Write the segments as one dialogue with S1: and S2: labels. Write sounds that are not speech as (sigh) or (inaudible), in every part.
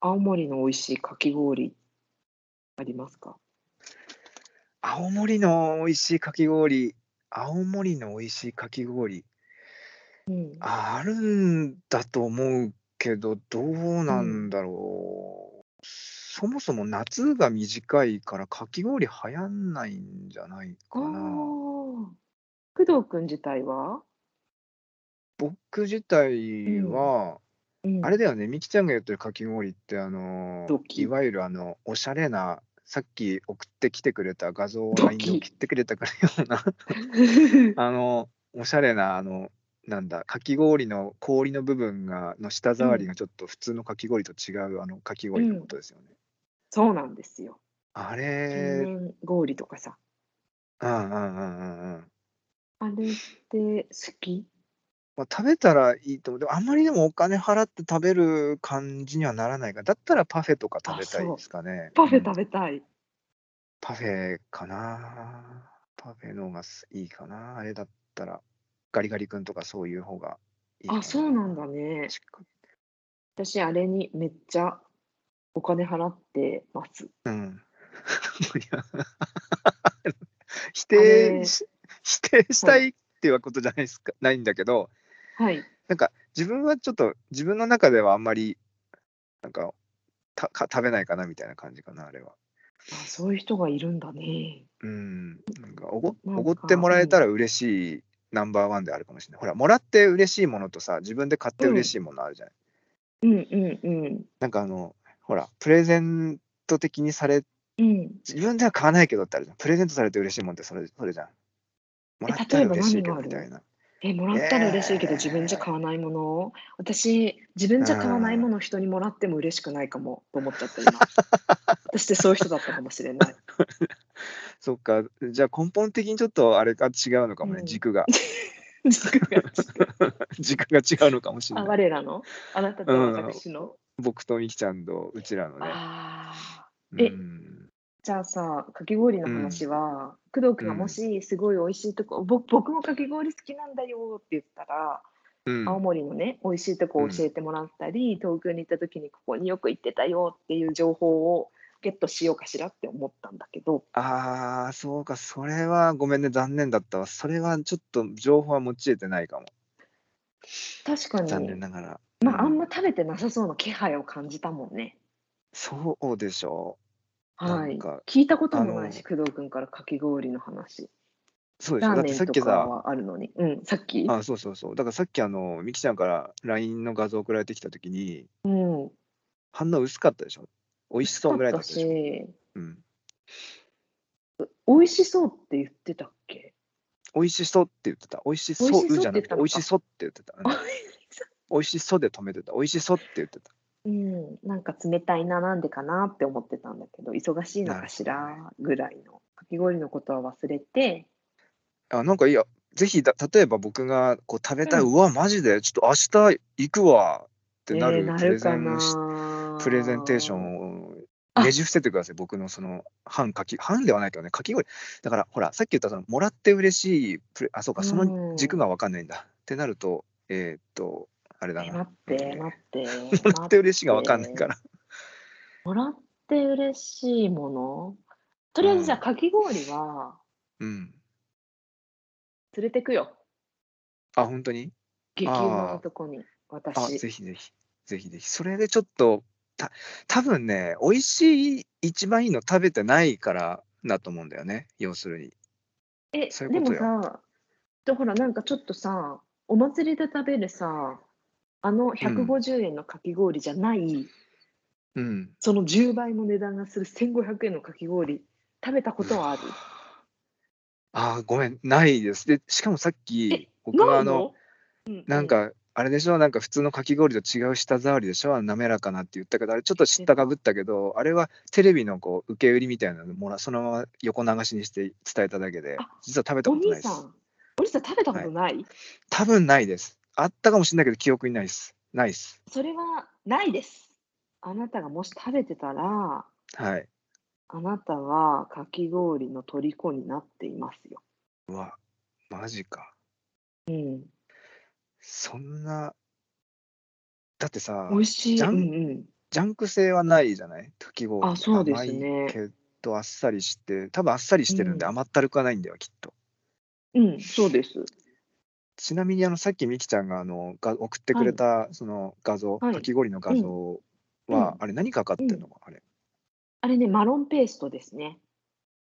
S1: 青森の美味しいかき氷ありますか？
S2: 青森の美味しいかき氷青森の美味しいかき氷。
S1: うん。
S2: あるんだと思うけど、どう
S1: う
S2: なん
S1: ん。
S2: だろう。そもそも夏が短いから、かき氷流行んないんじゃない
S1: あ
S2: かな。
S1: あ。工藤君自体は？
S2: 僕自
S1: う
S2: 体
S1: ん。
S2: は、
S1: う
S2: あれ
S1: ん。
S2: だよね、みきちゃんがやってるかき氷って、あの、
S1: ド
S2: い
S1: キ。
S2: わゆるあの、おしゃれな、さっき送ってきてくれた画像を
S1: ド
S2: LINE で送
S1: キ。
S2: ってくれたからような、あの、おしゃれな、あの、なんだ、かき氷の氷の部分が、の舌
S1: う
S2: 触り
S1: ん。
S2: がちょっと普通のかき氷と違う、あの、かき
S1: う
S2: 氷のこ
S1: ん。
S2: とですよね。
S1: (laughs) そうなんですよ。
S2: あ
S1: 天
S2: れ
S1: 然氷とかさ。
S2: うんうんうんうんうん。
S1: あれって好き？
S2: ま、食べたらいいと思う。でもあんまりでもお金払って食べる感じにはならないから、だったらパフェとか食
S1: あ、
S2: べたいで
S1: そう。
S2: すかね。
S1: パ
S2: う
S1: フェ食
S2: ん。
S1: べたい。
S2: パフェかな。パフェの方がすいいかな、あれだったら。ガリガリ君とかそういう方がいい
S1: あ、
S2: か
S1: そうなんだ
S2: な。
S1: ね。
S2: しっかり。
S1: 私あれにめっちゃお金払ってます。
S2: うん。いや、
S1: あ
S2: (laughs) 否定
S1: れ
S2: し否定し
S1: は
S2: た
S1: い。
S2: いっていうことじゃないすかないんだけど、
S1: はい。
S2: なんか自分はちょっと、自分の中ではあんまり、なんか、たか食べないかなみたいな感じかな、あれは。
S1: あ、そういう人がいるんだね。
S2: うん、なんかおご
S1: な
S2: お
S1: ん
S2: ごって
S1: か、
S2: も
S1: う
S2: らえた
S1: ん。
S2: ら嬉しいナンバーワンであるかもしれない。ほら、もらって嬉しいものとさ、自分で買って
S1: う
S2: 嬉し
S1: ん。
S2: いものあるじゃない。
S1: うんうんうん。
S2: なんかあの、ほら、プレゼント的にされ
S1: うん。
S2: 自分では買わないけどってあるじゃん。プレゼントされて嬉しいもんってそれそれじゃん。も
S1: え、
S2: らった
S1: 例え
S2: ら
S1: ば
S2: 嬉し
S1: 何
S2: いけ
S1: が
S2: ど
S1: あ
S2: みたい
S1: る？
S2: な。
S1: え、もらったら嬉しいけど、自分じゃ買
S2: え
S1: わないもの。私、自
S2: え。
S1: 分
S2: う
S1: じゃ買わないも
S2: ん。
S1: のを人にもらっても嬉しくないかもと思っちゃった、
S2: (laughs)
S1: 今。私ってそういう人だったかもしれない。
S2: そっか、じゃあ根本的にちょっとあれか違うのか
S1: う
S2: もね、
S1: ん。
S2: 軸が。 (laughs)
S1: 軸が違う。
S2: 軸が違うのかもしれ
S1: あ、
S2: ない。
S1: 我らの、あなた
S2: う
S1: と
S2: ん。
S1: 私の。
S2: 僕とみきちゃんとうちらのね。
S1: ああ。
S2: う
S1: え、
S2: ん。
S1: じゃあさ、かき氷の
S2: う
S1: 話
S2: ん。
S1: は、工藤
S2: う
S1: 君がも
S2: ん。
S1: しすごい美味しいとこ、ぼ僕もかき氷好きなんだよって言ったら、
S2: う
S1: 青
S2: ん。
S1: 森のね、美味しいと
S2: う
S1: こ教
S2: ん。
S1: えてもらったり、東京に行った時にここによく行ってたよっていう情報をゲットしようかしらって思ったんだけど、
S2: ああ、そうか、それはごめんね、残念だったわ。それはちょっと情報は持ち得てないかも。
S1: 確か
S2: 残
S1: に、
S2: 念ながら。う
S1: まあ、あんま
S2: ん。
S1: 食べてなさそうな気配を感じたもんね。
S2: そうでしょう。な
S1: は
S2: ん
S1: い。
S2: か、
S1: 聞いたこと
S2: あ
S1: もないし、
S2: の、
S1: 工藤君からかき氷の話。
S2: そうでし
S1: ラ
S2: ょ。
S1: ー
S2: だって
S1: メン
S2: さっ
S1: と
S2: き
S1: か
S2: さ、
S1: はあるのに。うん、さっき
S2: あ、そうそうそう。だからさっきあの、みきちゃんから LINE の画像送られてきたときに、
S1: うん。
S2: 反応薄かったでしょ。美味し
S1: 薄
S2: そう
S1: か
S2: ぐ
S1: っ
S2: らいだ
S1: た
S2: ったでしょ。
S1: し、
S2: うん。
S1: 美味しそうって言ってたっけ
S2: 美味しそうって言ってた。美味し
S1: 美味
S2: そ
S1: し
S2: う
S1: そうっ
S2: じゃ
S1: て
S2: な
S1: 言った
S2: くて、
S1: の
S2: 美味し
S1: か。
S2: そうって言って
S1: (laughs)
S2: た。うん。美味しそうで止めてた。美味しそうって言ってた。
S1: うん、なんか冷たいな、なんでかなって思ってたんだけど、忙しいの
S2: な
S1: か
S2: る
S1: し
S2: ほどね。
S1: らぐらいの、かき氷のことは忘れて、
S2: あ、なんかいいや、ぜひだ、例えば僕がこう食べ
S1: う
S2: たい、
S1: ん。
S2: うわ、マジで、ちょっと明日行くわって
S1: え
S2: な
S1: ー、
S2: る
S1: な
S2: プレ
S1: る
S2: ゼ
S1: か
S2: ンをし、プレゼンテーショ
S1: な
S2: ンをね
S1: あ、
S2: じ伏せてください、僕のその、半かき、半ではないけどね、かき氷。だから、ほら、さっき言ったその、もらって嬉しいプレ、あ、そうか、
S1: う
S2: その軸
S1: ん。
S2: がわかんないんだ。ってなると、えーっと、あれだ
S1: え、
S2: な、
S1: 待っ
S2: え
S1: て、
S2: ー
S1: 待って、
S2: (laughs) もらっ
S1: 待
S2: て
S1: っ
S2: 嬉しいがわかんないか
S1: て。
S2: ら。
S1: もらって嬉しいものと
S2: う
S1: りあえずじゃあ、
S2: ん。
S1: かき氷は
S2: うん。
S1: 連れてくよ。
S2: あ、本当に
S1: 激うまな
S2: あ
S1: とこに、
S2: あ、あ、
S1: 私。
S2: ぜひぜひ、ぜひぜひ。それでちょっと、た、多分ね、美味しい、一番いいの食べてないからだと思うんだよね。要するに。
S1: え、
S2: そういう
S1: で
S2: こと
S1: も
S2: よ。
S1: さ、とほら、なんかちょっとさ、お祭りで食べるさ、あの
S2: うん。
S1: 150円のかき氷じゃない、
S2: うん。
S1: その10倍の値段がする1500円のかき氷、食べたこ
S2: う
S1: と
S2: わ
S1: はある
S2: (sighs) あー、ごめん、ないです。で、しかもさっき、
S1: え、
S2: 僕が
S1: な
S2: あ
S1: い
S2: の、
S1: のうんう
S2: なん
S1: ん。
S2: か、あれでしょなんか普通のかき氷と違う舌触りでしょあの滑らかなって言ったけど、あれちょっ
S1: 言
S2: と
S1: っ
S2: 知ってたかぶ
S1: た。
S2: ったけど、あれはテレビのこう受け売りみたいなのもら、そのまま横流しにして伝えただけで、
S1: あ、
S2: 実は食べた
S1: お
S2: ことな
S1: 兄
S2: いで
S1: さ
S2: す。
S1: ん、お兄さん食べたこ
S2: は
S1: と
S2: い。
S1: ない
S2: 多分ないです。あったかもしれないけど、記憶にないです。ないです。
S1: それはないです。あなたがもし食べてたら、
S2: はい。
S1: あなたはかき氷の虜になっていますよ。
S2: うわ、マジか。
S1: うん。
S2: そんな、だって
S1: 美
S2: さ、
S1: 味し
S2: ジ
S1: い。
S2: ャ
S1: う
S2: ン、
S1: んうん。
S2: ジャンク性はないじゃないかき氷
S1: あそうですね
S2: 甘いけどあっさりして多分あっさりしてるんで
S1: うん
S2: 甘ったるくはないんだよ、きっと
S1: うん、そうです。
S2: ちなみにあのさっきみきちゃんがあのが送ってくれたその画像、
S1: はい
S2: かき氷の画像は、
S1: うん
S2: あれ何かかってるの、あれ
S1: あれね、マロンペーストですね。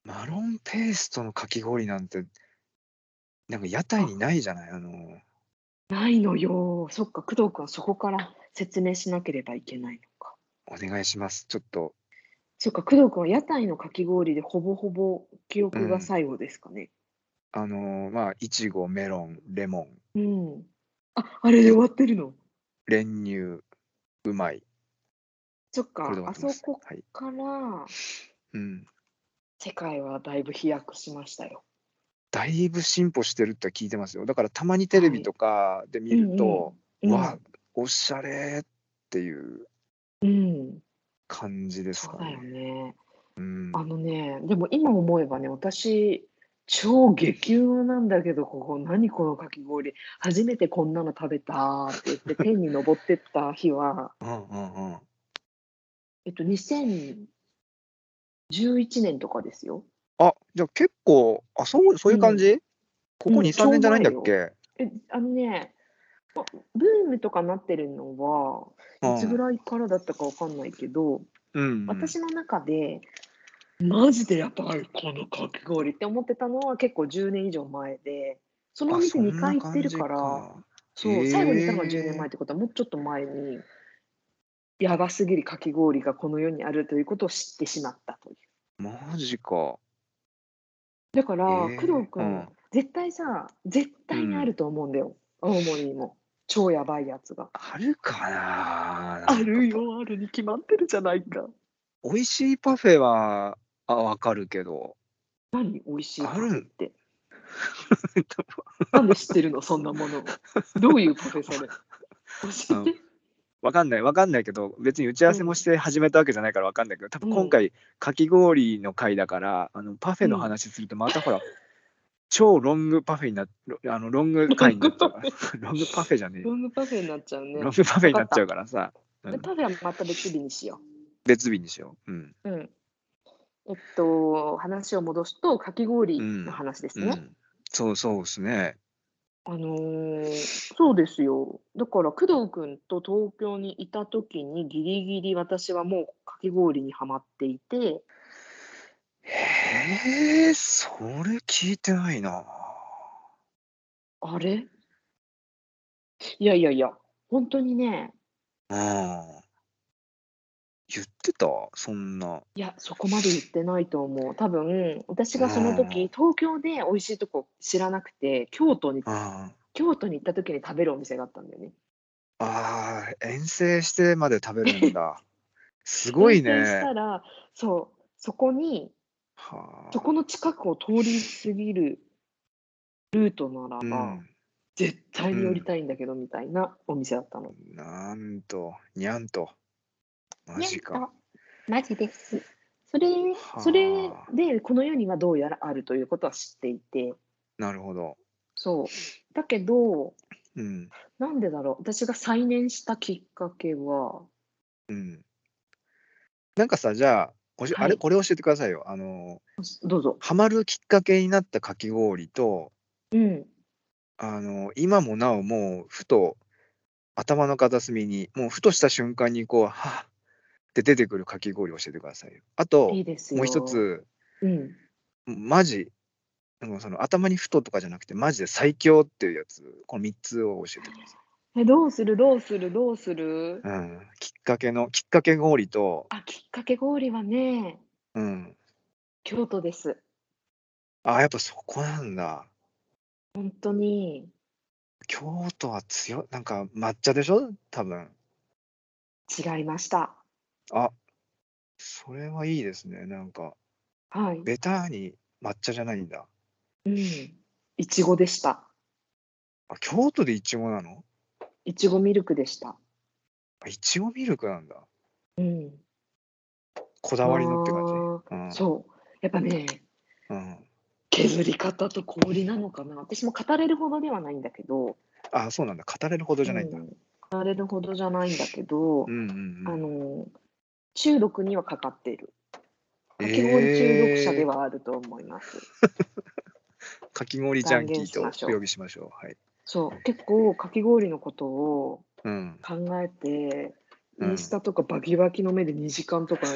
S2: マロンペーストのかき氷なんてなんか屋台にないじゃないあの
S1: ないのよ。そっか、工藤君はそこから説明しなければいけないのか。
S2: お願いしますちょっと
S1: そっか、工藤君は屋台のかき氷でほぼほぼ記憶が最後ですかね。
S2: あのまあいちごメロンレモン
S1: うん。あ、あれで終わってるの。
S2: 練乳うまい
S1: そっか
S2: これで終、わ
S1: あ
S2: ってま
S1: そ
S2: す
S1: こ
S2: はい
S1: から
S2: うん、
S1: 世界はだいぶ飛躍しましたよ。
S2: だいぶ進歩してるって聞いてますよだからたまにテレビとかで見ると、
S1: うん
S2: わあおしゃれっていう
S1: うん、
S2: 感じです
S1: そ
S2: か
S1: うだよ
S2: ね。
S1: ね。
S2: うん
S1: あのね、でも今思えばね、私、超激うまなんだけど、ここ、何このかき氷、初めてこんなの食べたって言っ
S2: (laughs)
S1: て、天に昇ってった日は、
S2: うんうんうん
S1: えっと、2011年とかですよ。
S2: あじゃあ結構あそうそういう感じ、こ
S1: う
S2: こ
S1: ん
S2: 23年じゃないんだっけ、
S1: え、あのね、あブームとかなってるのは、
S2: うん
S1: いつぐらいからだったかわかんないけど、
S2: うん、
S1: 私の中で、マジでやばい、このかき氷って思ってたのは結構10年以上前で、そのお店2回行ってるから、そう、
S2: へー
S1: 最後に行ったのが10年前ってことは、もうちょっと前に、やばすぎるかき氷がこの世にあるということを知ってしまったという。
S2: あそんな感じかマジか
S1: だから、
S2: へー
S1: 工藤君、
S2: うん
S1: 絶対さ、絶対にあると思うんだよ、青森にも。超やばいやつが。
S2: あるかな
S1: あるよ、あるに決まってるじゃないか。
S2: 美味しいパフェはあわかるけど
S1: 何、美味しいパフェって。 (laughs)
S2: えっと
S1: なんで知ってるの、そんなものを。どういうパフェそれ。教えて。
S2: わかんないわかんないけど別に打ち合わせもして始めたわけじゃないからわかんないけど多分
S1: うん
S2: 今回かき氷の回だからあのパフェの話するとまたほら、超ロングパフェになっロあのロング回になっちゃ (laughs) うからロングパフェじゃねえ
S1: ロングパフェになっちゃうね
S2: ロン。グパフェになっちゃうからさ、うん
S1: パフェはまた別日にしよう。
S2: 別日にしよう、うん
S1: うんえっと、話を戻すと、かき氷の話です
S2: う
S1: ね。
S2: ん、そうそうですね
S1: あのーそうですよ。だから、工藤君と東京にいた時に、ギリギリ私はもうかき氷にはまっていて、
S2: へえそれ聞いてないな
S1: あれいやいやいや、本当にね、
S2: うん言ってたそんない
S1: や、そこまで言ってないと思う。多分、私がその時、東京で美味しいとこ知らなくて、京都に、
S2: うん
S1: 京都に行った時に食べるお店があったんだよね。
S2: ああ、遠征してまで食べる
S1: (laughs)
S2: んだ。すごい
S1: 転生し
S2: ね
S1: た。ら、そう、そこに、
S2: は
S1: そこの近くを通り過ぎるルートなら
S2: あ、う
S1: ば、
S2: ん、
S1: 絶対に寄りたいんだけどみたいなお店だったの。
S2: なんと、にゃんと。マジ
S1: ね
S2: か。。
S1: あマジです。それ
S2: はあ
S1: それでこの世にはどうやらあるということは知っていて
S2: なるほど。
S1: そうだけど
S2: うん、
S1: なんでだろう私が再燃したきっかけは
S2: うん。なんかさ、じゃあ、おし
S1: はい
S2: あれ、これ教えてくださいよ。あの、
S1: どうぞ。
S2: ハマるきっかけになったかき氷と、
S1: うん、
S2: あの、今もなおもう、ふと、頭の片隅に、もうふとした瞬間に、こう、はあって出てくるかき氷を教えてくださいよ。あと
S1: いい、ですよ。
S2: もう一つ、
S1: うん、
S2: マジ、なんかその頭にふととかじゃなくて、マジで最強っていうやつ、この3つを教えてくださ
S1: えどうするどうするどうする
S2: い。うん、きっかけの、きっかけ氷と、
S1: あきっかけ氷はね
S2: うん、
S1: 京都です。
S2: あ、やっぱそこなんだ。
S1: 本当に
S2: 京都は強い、なんか抹茶でしょ多分。
S1: 違いました。
S2: あ、それはいいですね。なんか、
S1: はい。
S2: ベターに抹茶じゃないんだ。
S1: うん。いちごでした。
S2: あ、京都でいちごなの
S1: いちごミルクでした。
S2: あいちごミルクなんだ。
S1: うん。
S2: こだわりのって感
S1: あー
S2: じ。
S1: そう。やっぱね、
S2: うん。うん、
S1: 削り方と氷なのかな。私も語れるほどではないんだけど。
S2: あ、そうなんだ。語れるほどじゃないんだ。
S1: うんられるほどじゃないんだけど、
S2: うんうん
S1: あ
S2: うん。
S1: の中毒にはかかっている。
S2: え
S1: か
S2: ー
S1: き氷中毒者ではあると思います。
S2: かき氷ジャンキー
S1: 断言しまし
S2: と
S1: ょう
S2: お呼びしましょう。はい。
S1: そう結構かき氷のことを
S2: うん。
S1: 考えて、
S2: うん
S1: インスタとかバキバキの目で2時間とかずっ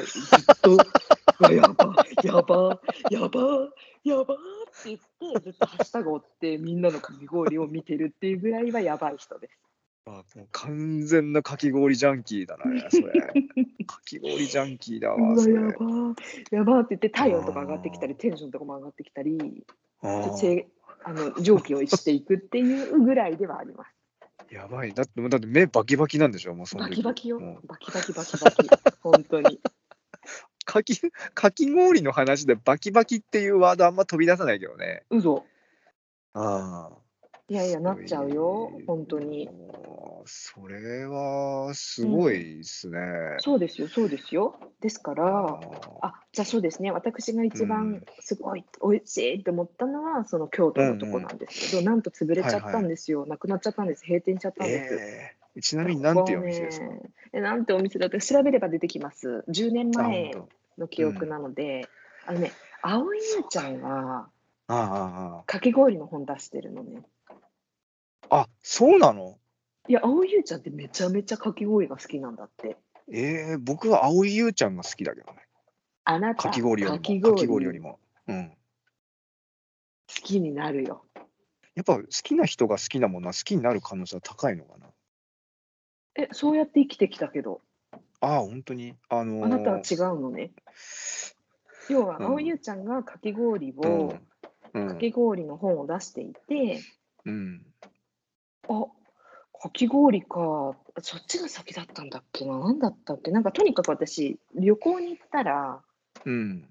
S1: と「
S2: (laughs)
S1: うわやばやばやばやば」って言ってずっとハッシュタグを追ってみんなのかき氷を見てるっていうぐらいはやばい人です。
S2: あもう完全なかき氷ジャンキーだな、そ
S1: (laughs)
S2: れ。かき氷ジャンキーだ
S1: う
S2: わ、
S1: わ
S2: それ。
S1: やばやばって言って体温とか上がってきたりテンションとかも上がってきたり
S2: あー
S1: せあの蒸気を逸していくっていうぐらいではあり
S2: (laughs)
S1: ます。
S2: やばい。だって、だって目バキバキなんでしょ、もうその
S1: バ
S2: 時
S1: キバキよ
S2: もう
S1: バキバキバキバキ (laughs) 本当に。
S2: かき、かき氷の話でバキバキっていうワードあんま飛び出さないけどね。
S1: 嘘
S2: ああ。
S1: いやいやなっちゃうよ本当に。
S2: おー。それはすごいですね。
S1: そうですよ、そうですよ。ですから、
S2: あ
S1: あじゃあそうですね、私が一
S2: う
S1: 番
S2: ん
S1: すごい、美味しいって思ったのは、その京都のとこなんですけど、なんと潰れちゃったんですよ、なくなっちゃったんです、閉店しちゃっ
S2: ー
S1: たんです。
S2: ええちなみになんていうお店ですか、
S1: ここはねえなんてお店だって調べれば出てきます。10年
S2: あ
S1: 前
S2: 本
S1: の記憶なので、あのね、青井優ちゃんが
S2: 当あああ
S1: かき氷の本出してるのね。
S2: あああそうなの
S1: いや、青井優ちゃんってめちゃめちゃかき氷が好きなんだって。
S2: ええ僕は青井優ちゃんが好きだけどね
S1: あなた、
S2: かき氷よりも
S1: か
S2: か
S1: き
S2: き氷
S1: 氷
S2: よ
S1: よ
S2: り
S1: り
S2: も、うん、
S1: 好きになるよ。
S2: やっぱ好きな人が好きなものは好きになる可能性は高いのかな
S1: え、そうやって生きてきたけど。
S2: ああ本当にあのー
S1: あなたは違うのね。要は、
S2: うん
S1: 青ゆうちゃんがかき氷
S2: う
S1: を、
S2: んう
S1: か
S2: ん
S1: き氷の本を出していて、
S2: うん
S1: あかき氷か、そっちが先だったんだっけな、なんだったっけ、なんかとにかく私、旅行に行ったら、
S2: うん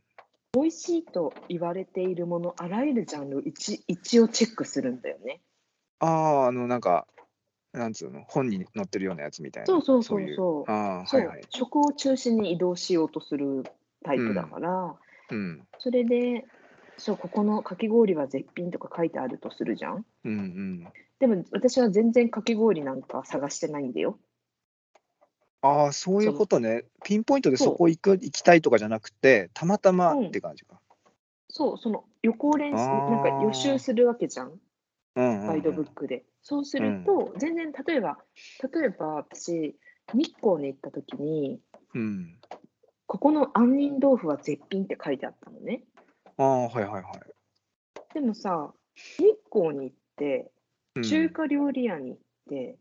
S1: 美味しいと言われているもの、あらゆるジャンル一、一をチェックするんだよね。
S2: あああのなんかなんつうの本に載ってるようなやつみたいな
S1: そうそうそう
S2: い
S1: そう。
S2: ああ
S1: そ
S2: は
S1: う
S2: いはい
S1: 食を中心に移動しようとするタイプだから、
S2: うん
S1: それで、そう、ここのかき氷は絶品とか書いてあるとするじゃん。
S2: うんうん
S1: でも私は全然かき氷なんか探してないんだよ。
S2: ああそうい
S1: そうの
S2: ことねピンポイントで
S1: そう
S2: そこ行く行きたいとかじゃなくてたまたまって感じか、
S1: そう、その予行練習、
S2: あー
S1: なんか予習するわけじゃん、
S2: うんうんうん
S1: ガイドブックで。そうすると、全然例えば、例えば私、日光に行った時に、
S2: うん
S1: ここの杏仁豆腐は絶品って書いてあったのね。
S2: ああはいはいはい、
S1: でもさ、日光に行って、
S2: うん
S1: 中華料理屋に行って、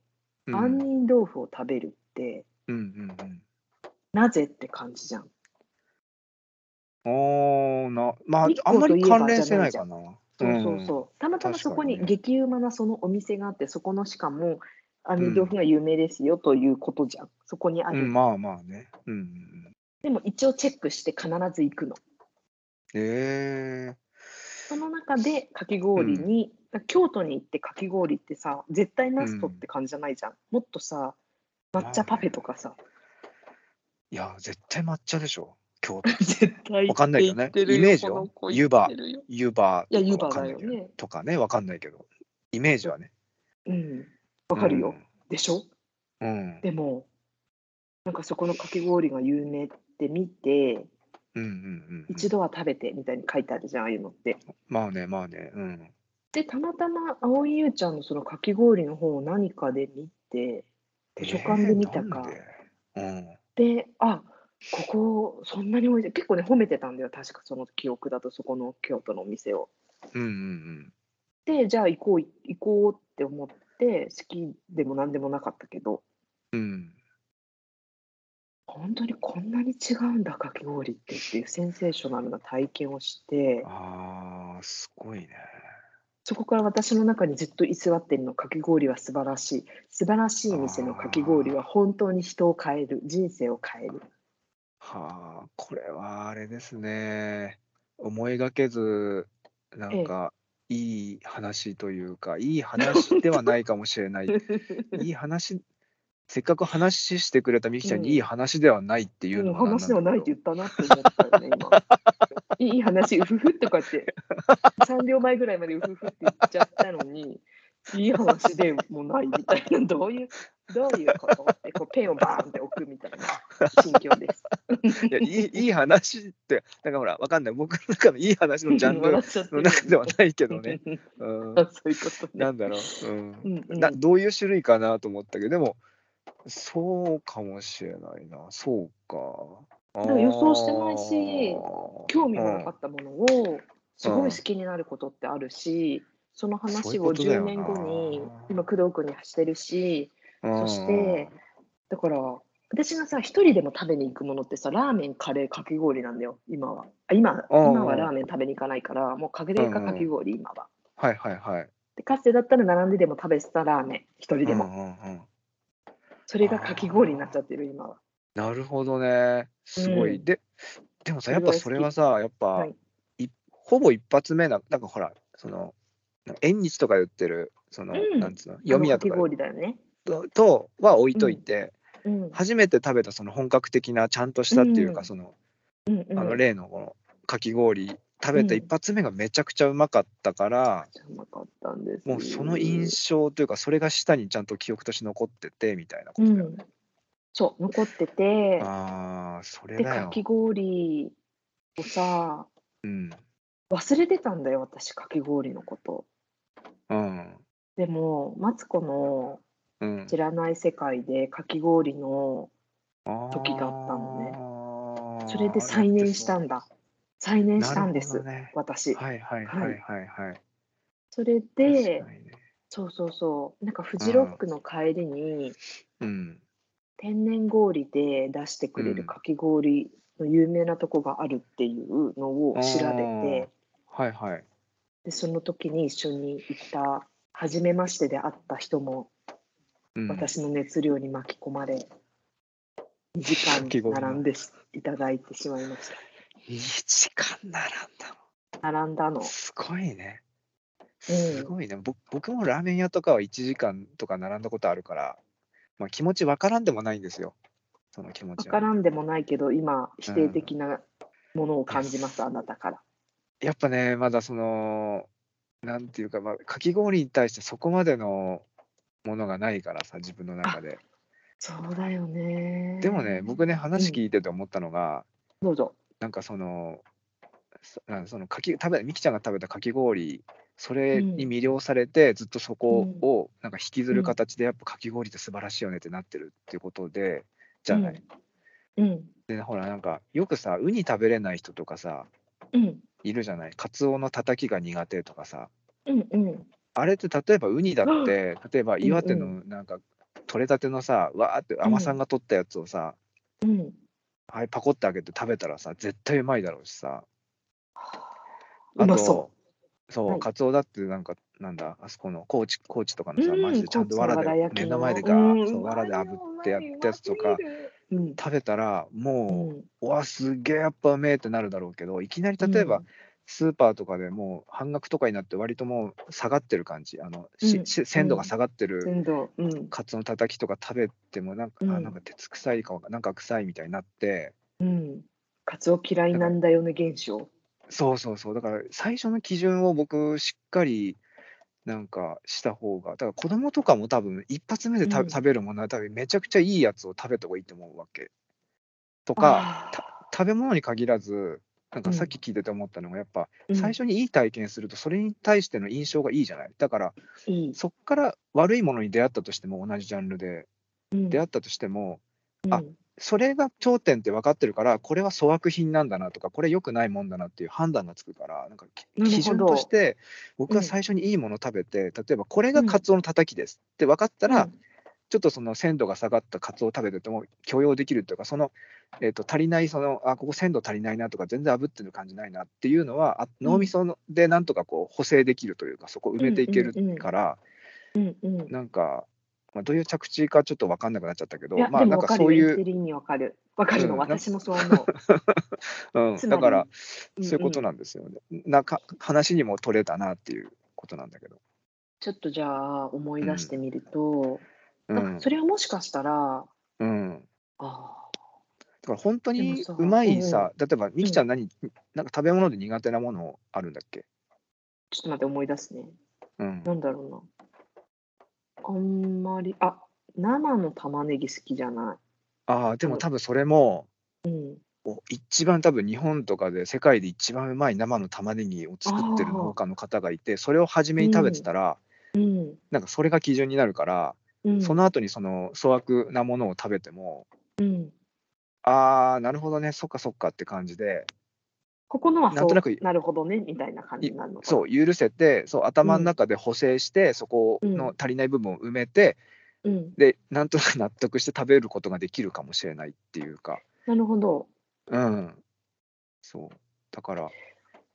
S2: うん
S1: 杏仁豆腐を食べるって、
S2: うんうんうん
S1: なぜって感じじゃん。
S2: ああなまあ
S1: 日
S2: あ
S1: 光
S2: ん
S1: と
S2: ま
S1: いえ
S2: り
S1: ば
S2: 関連性ないかな
S1: そうそうそう。たまたまそこに
S2: 確か
S1: 激うまなそのお店があって、そこのしかも、あ
S2: う
S1: の
S2: ん
S1: 豆腐が有名ですよということじゃん。そこにあ
S2: う
S1: る。
S2: ん、まあまあねうんうんうん
S1: でも一応チェックして必ず行くの。
S2: ええ
S1: その中でかき氷に、京都に行ってかき氷ってさ、絶対マストって感じじゃないじゃん。もっとさ、抹茶パフェとかさ、
S2: いや絶対抹茶でしょ京都
S1: (laughs) 絶対
S2: わかんないよね
S1: 行ってる
S2: イメージよ
S1: この子
S2: 湯葉
S1: 行ってるよ
S2: 湯葉
S1: いや
S2: とかわかんない
S1: 湯葉だ
S2: け
S1: よ
S2: ど
S1: ね
S2: とかねわかんないけどイメージはね
S1: うん。わかるよ。でしょ
S2: うん
S1: でも、なんかそこのかき氷が有名って見て、
S2: うんうんうんうん
S1: 一度は食べてみたいに書いてあるじゃん、ああいうのって。
S2: まあねまあねうん
S1: で、たまたま青井優ちゃんのそのかき氷の方を何かで見て、図書館で見たか
S2: えーなんで
S1: で、あここ、そんなに美味しい。結構ね、褒めてたんだよ、確かその記憶だと、そこの京都のお店を。
S2: うん、うんうん
S1: で、じゃあ行こう、行こうって思って、好きでも何でもなかったけど、
S2: うんうん
S1: 本当にこんなに違うんだ、かき氷ってっていうセンセーショナルな体験をして、
S2: あーすごいね
S1: そこから私の中にずっと居座ってるのかき氷は素晴らしい素晴らしい店のかき氷は本当に人を変える人生を変える
S2: はあこれはあれですね思いがけずなんかいい話というかいい話ではないかもしれ
S1: (laughs)
S2: ないいい話せっかく話してくれたみきちゃん
S1: う
S2: に
S1: ん
S2: いい話ではないっていう
S1: うん
S2: のは
S1: 話ではないって言
S2: っ
S1: ったなって思ったよね
S2: (laughs)
S1: 今いい話うふふってこうやって3秒前ぐらいまでうふふって言っちゃったのにいい話でもないみたいなどういうどういうことってこうペンをバーンって置くみたいな心境です。
S2: いやいいいい話って、なんかほら、わかんない。僕の中のいい話のジャンル
S1: 笑っちゃって
S2: の
S1: る
S2: 中ではないけ
S1: (laughs)
S2: どね。。うん
S1: あ、そういうことね
S2: なんだろう、うん
S1: うんうん
S2: な。どういう種類かなと思ったけど、でも、そうかもしれないな。そうか。
S1: も予想してないし
S2: あー
S1: 興味もなかったものをすご
S2: うん
S1: い好きになることってあるし、その
S2: そうい
S1: 話
S2: うこ
S1: を
S2: とだ
S1: 10
S2: よな
S1: 年後に今工藤君にしてるし
S2: うん
S1: そしてだから私がさ一人でも食べに行くものってさラーメンカレーかき氷なんだよ今はあ今
S2: うんうん
S1: 今はラーメン食べに行かないからもうカレーかかき氷今は。
S2: はいはいはい。
S1: でかつてだったら並んででも食べてたラーメン一人で
S2: う
S1: も
S2: んうんうん
S1: それがかき氷になっちゃってる今は。
S2: なるほどね。すごい。
S1: うん
S2: で、でも
S1: そ
S2: さ、
S1: れ
S2: やっぱ
S1: ぐらい
S2: それはさ、やっぱ、
S1: はい
S2: いほぼ一発目な、なんかほら、その、なんか縁日とか言ってる、その、
S1: うん
S2: なんつうの、読み屋
S1: あのか
S2: と
S1: き
S2: か
S1: 氷だよね。
S2: ととは置いといて、
S1: うんうん
S2: 初めて食べたその本格的な、ちゃんとしたっていうか、
S1: うん
S2: その、
S1: うん
S2: あの例のこのかき氷、食べた一発目がめちゃくちゃうまかったから、
S1: じゃなかったんです。
S2: もうその印象というか、それが下にちゃんと記憶として残ってて、みたいなこ
S1: う
S2: とだよ
S1: ん
S2: ね。、
S1: そう残ってて
S2: ああ、それ
S1: で
S2: だ
S1: か
S2: よ。
S1: き氷をさ
S2: うん。
S1: 忘れてたんだよ私かき氷のこと
S2: うん。
S1: でもマツコの
S2: うん。
S1: 知らない世界でかき氷の時があった
S2: の
S1: それで再燃したんだ再燃したんです、
S2: ね、
S1: 私、
S2: はいはいはいはいはい。
S1: それ
S2: 確
S1: で
S2: かにね、
S1: そうそうそうなんかフジロックの帰りに
S2: うん。
S1: 天然氷で出してくれ
S2: う
S1: る
S2: ん
S1: かき氷の有名なとこがあるっていうのを調べて、
S2: はいはい。
S1: でその時に一緒に行った初めましてで会った人も
S2: うん、
S1: 私の熱量に巻き込まれ、2時
S2: か
S1: 間
S2: き氷
S1: 並んでしいただいてしまいまし
S2: 2時間並んだ
S1: た並んだの
S2: の。すごいね。
S1: うん
S2: すごいね、ぼ僕もラーメン屋とかは1時間とか並んだことあるから、まあ、気持ちわからんでもないんですよ。その気持
S1: 分
S2: ち
S1: か
S2: は。
S1: らんでもないけど今否定的なものを感じます、あなたから。
S2: やっぱね、まだその、なんていうか、まあ、かき氷に対してそこまでのものがないからさ、自分の中で。
S1: そうだよね
S2: でもね、僕ね、話聞いてて思ったのが、
S1: どうぞ。
S2: なんかその、そなんそのかき食べみきちゃんが食べたかき氷、それに魅了されて、ずっとそこをなんか引きずる形で、やっぱかき氷って素晴らしいよねってなってるっていうことで、じゃない。
S1: うん
S2: で、ほら、なんかよくさ、ウニ食べれない人とかさ、
S1: うん
S2: いるじゃない。カツオのたたきが苦手とかさ、
S1: うんうん
S2: あれって例えばウニだって、例えば岩手
S1: うん
S2: のなんか、取れたてのさ、わーって海女さんが取ったやつをさ、
S1: うん
S2: はい、パコってあげて食べたらさ、絶対うまいだろうしさ。。
S1: うまそう
S2: そう、
S1: はい
S2: カツオだってなんか、なんだ、あそこの高知、高知とか
S1: う。
S2: のさ、マジでちゃんと藁
S1: 高知の藁
S2: で、
S1: 焼き
S2: 目
S1: の
S2: の前でガ
S1: うん
S2: ーッ、そうう
S1: まい
S2: 藁で炙ってやったやつとか、
S1: うん
S2: 食べたら、も
S1: うん
S2: う、うわ、すげえやっぱうめえってなるだろうけど、いきなり例えば、
S1: うん
S2: スーパーとかでもう半額とかになって割ともう下がってる感じあの、し
S1: うん
S2: し鮮度が下がってる
S1: 鮮度うん
S2: カツオのたたきとか食べてもなんか、あ
S1: うん
S2: なんか鉄臭いかもなんか臭いみたいになって
S1: うんカツオ嫌いなんだよね現象。
S2: そうそうそうだから最初の基準を僕しっかりなんかした方がだから子供とかも多分一発目でた
S1: うん
S2: 食べるものは多分めちゃくちゃいいやつを食べた方がいいと思うわけ。とか
S1: あー
S2: 食べ物に限らずなんかさっき聞いてて思ったのがやっぱ最初にいい体験するとそれに対しての印象がいいじゃない。だから
S1: うんいい
S2: そっから悪いものに出会ったとしても同じジャンルで
S1: うん
S2: 出会ったとしても
S1: うん
S2: あそれが頂点って分かってるからこれは粗悪品なんだなとかこれ良くないもんだなっていう判断がつくからなんかき
S1: なるほど
S2: 基準として僕
S1: う
S2: が
S1: ん
S2: 最初にいいものを食べて、例えばこれがカツオのたたきですって分かった
S1: う
S2: ら、
S1: ん
S2: ちょっとその鮮度が下がったカツオを食べてても許容できるというかその、えー、と足りないそのあここ鮮度足りないなとか全然炙ってる感じないなっていうのはあ脳みそのでなんとかこう補正できるというかそこ埋めていける
S1: うんうんうん
S2: から。
S1: うんうん
S2: なんか、まあ、どういう着地かちょっと分かんなくなっちゃったけど、
S1: いや、
S2: まあ、
S1: で
S2: な
S1: も分
S2: んか
S1: か
S2: そう
S1: るよ。言って
S2: いう、
S1: る意味分かる。分かるの、
S2: うんなんか
S1: 私もそう思う。
S2: うん、
S1: つま
S2: だ
S1: り
S2: から、
S1: うん
S2: そういうことなんですよね。なんか話にも取れたなっていうことなんだけど。
S1: ちょっとじゃあ思い出してみると、
S2: う
S1: なん
S2: ん
S1: か、それはもしかしたら、
S2: うん、
S1: あ
S2: だから本当
S1: で
S2: に
S1: もさ
S2: うまいさ、例えばみきちゃん何、なんか食べ物で苦手なものあるんだっけ、
S1: ちょっと待って思い出すね。
S2: うん、
S1: なんだろうな。あんまり、あ生の玉ねぎ好きじゃな
S2: ああ、でも多分それも、
S1: い。うん。
S2: お一番多分日本とかで世界で一番うまい生の玉ねぎを作ってる農家の方がいて、それを初めに食べてたら、
S1: うん。
S2: なんかそれが基準になるから、
S1: うん。
S2: その後にその粗悪なものを食べても、
S1: うん。
S2: ああ、なるほどね、そっかそっかって感じで、
S1: ここのは
S2: なん
S1: そう
S2: とな
S1: な
S2: く
S1: るほどねみたいな感じになるのかな
S2: そう、許せて、そう、頭の中で補正して、そこ
S1: う
S2: の
S1: ん
S2: 足りない部分を埋めて、
S1: う、ん、
S2: で、なんとなく納得して食べることができるかもしれないっていうか、
S1: なるほど
S2: うん、そう、だから、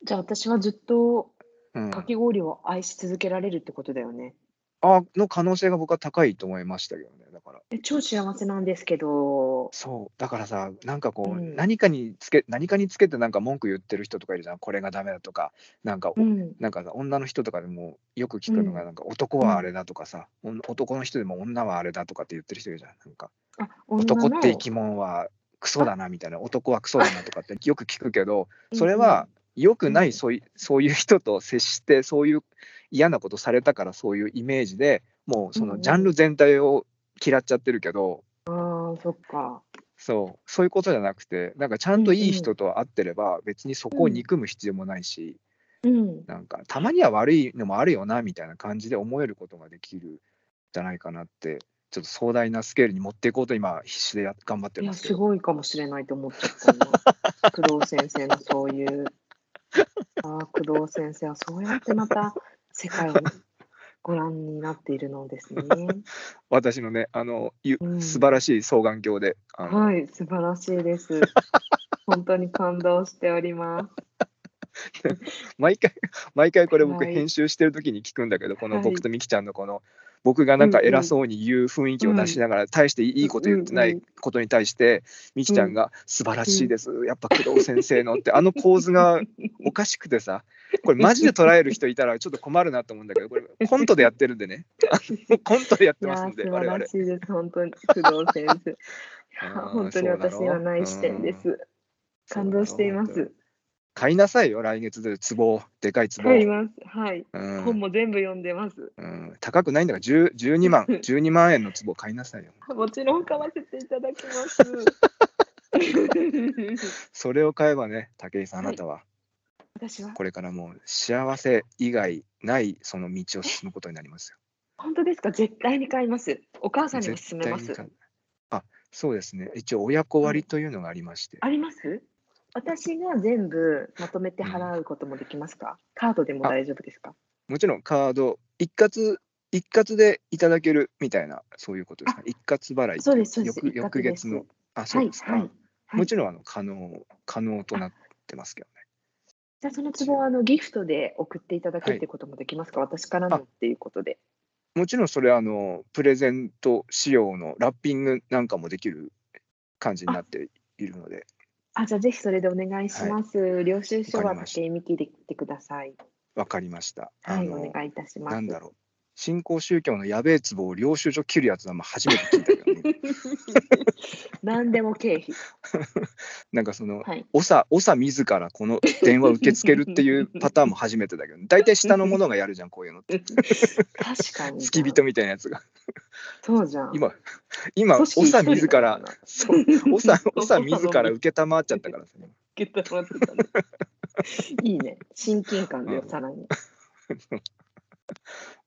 S1: じゃあ私はずっと
S2: うん、
S1: かき氷を愛し続けられるってことだよね、
S2: あの可能性が僕は高いと思いましたけどね、だから。
S1: え超幸せなんですけど
S2: そうだからさなんかこう、
S1: うん
S2: 何かにつけ何かにつけてなんか文句言ってる人とかいるじゃんこれがダメだとかなんか、
S1: うん
S2: なんかさ女の人とかでもよく聞くのが、
S1: うん
S2: なんか男はあれだとかさ、おん男の人でも女はあれだとかって言ってる人いるじゃんなんか
S1: あ
S2: 男って生き
S1: ま
S2: 物はクソだなみたいな男はクソだなとかってよく聞くけどそれは良くな
S1: うん
S2: いそういそういう人と接してそういう嫌なことされたからそういうイメージでもうそ
S1: うんう
S2: の
S1: ん
S2: ジャンル全体を嫌っちゃってるけど。
S1: あーそっか
S2: そうそういうことじゃなくてなんかちゃんと
S1: うん
S2: い
S1: うん
S2: い人と会ってれば別にそこを憎む必要もないし、
S1: うん
S2: なんかたまには悪いのもあるよなみたいな感じで思えることができるんじゃないかなってちょっと壮大なスケールに持っていこうと今必死でや頑張って
S1: いや
S2: ますけ
S1: す
S2: ど
S1: ごいかもしれないと思っちゃったな (laughs) 工藤先生のそういうあー工藤先生はそうやってまた世界をご覧になっているのです (laughs) ね
S2: 私のねあのゆ
S1: うん
S2: 素晴らしい双眼鏡で、あの
S1: はい素晴らしいです本当に感動しております
S2: 毎回 (laughs) 毎回これ僕
S1: はい
S2: 編集してる時に聞くんだけど、この
S1: はい
S2: 僕とみきちゃんのこの僕がなんか
S1: うんうん
S2: 偉そうに言う雰囲気を出しながら、大していいこと言ってな
S1: うんう
S2: い
S1: ん
S2: ことに対して、みきちゃんが「素晴らしいです、やっぱ工藤先生の」ってあの構
S1: (laughs)
S2: 図がおかしくてさこれマジで捉える人いたらちょっと困るなと思うんだけどこれコントでやってるん
S1: (laughs)
S2: でねコントでやっ
S1: い
S2: て
S1: や
S2: ますん
S1: ー
S2: で
S1: 素
S2: 我
S1: 晴
S2: 々
S1: らしいです、本当に、工藤先
S2: (laughs)
S1: 生。いや
S2: あー
S1: ー本当に
S2: そうだろう
S1: 私にはない視点です。感動していま
S2: そうだろ
S1: す
S2: う。買いなさいよ来月で壺をでかい壺を、
S1: 買います。はい。
S2: うん
S1: 本も全部読んでます。
S2: うん、高くないんだから10 12万
S1: (laughs)
S2: 12万円の壺買いなさいよ
S1: もちろん買わせていただき
S2: (laughs)
S1: ます。
S2: それを買えばね武井さんあ
S1: はい
S2: なたは
S1: 私は
S2: これからもう幸せ以外ないその道を進むことになりますよ
S1: 本当ですか絶対に買います。お母さんにも勧
S2: 絶
S1: め
S2: 対
S1: ま
S2: に
S1: す
S2: 買。うあそうですね一応親子割というのがありまして、
S1: あります私が全部まとめて払うこともできますかカードでも大丈夫ですか
S2: もちろんカード一括一括でいただけるみたいなそういうことですか一括払い
S1: そうです、そうです。
S2: 翌
S1: 一括
S2: 翌
S1: です
S2: 月のあそ
S1: は
S2: う
S1: い、
S2: ですか、
S1: はい。はい
S2: もちろんあの可能可能となってますけどね
S1: じゃあその壺はあのギフトで送っていただく
S2: はい
S1: ってこともできますか、私からのっていうことで。
S2: もちろんそれあのプレゼント仕様のラッピングなんかもできる感じになっているので
S1: あ、じゃあぜひそれでお願いします。領収書
S2: わか
S1: は
S2: りまし
S1: 竹
S2: た
S1: 井美希で来てください。
S2: わかりました。
S1: は
S2: あ
S1: い、
S2: の
S1: お願いいたします。 (laughs)
S2: なんだろう新興宗教のやべえ壺を領収書切るやつはまあ初めて聞いたけど、ね、
S1: (laughs) 何でも経費。
S2: なんかその
S1: はい。
S2: 長長自らこの電話受け付けるっていうパターンも初めてだけど、ね、大体下の者がやるじゃんこういうのって
S1: (laughs) 確かに。
S2: 付き人みたいなやつが
S1: そうじゃん。
S2: 今今
S1: 組織一
S2: 長
S1: 人
S2: 自
S1: だ
S2: ら
S1: からな
S2: そ
S1: (laughs)
S2: う長長自ら
S1: 受
S2: 受けたまっちゃったからさ
S1: けたまってたね。いいね。親近感だよ、
S2: うん
S1: さらに。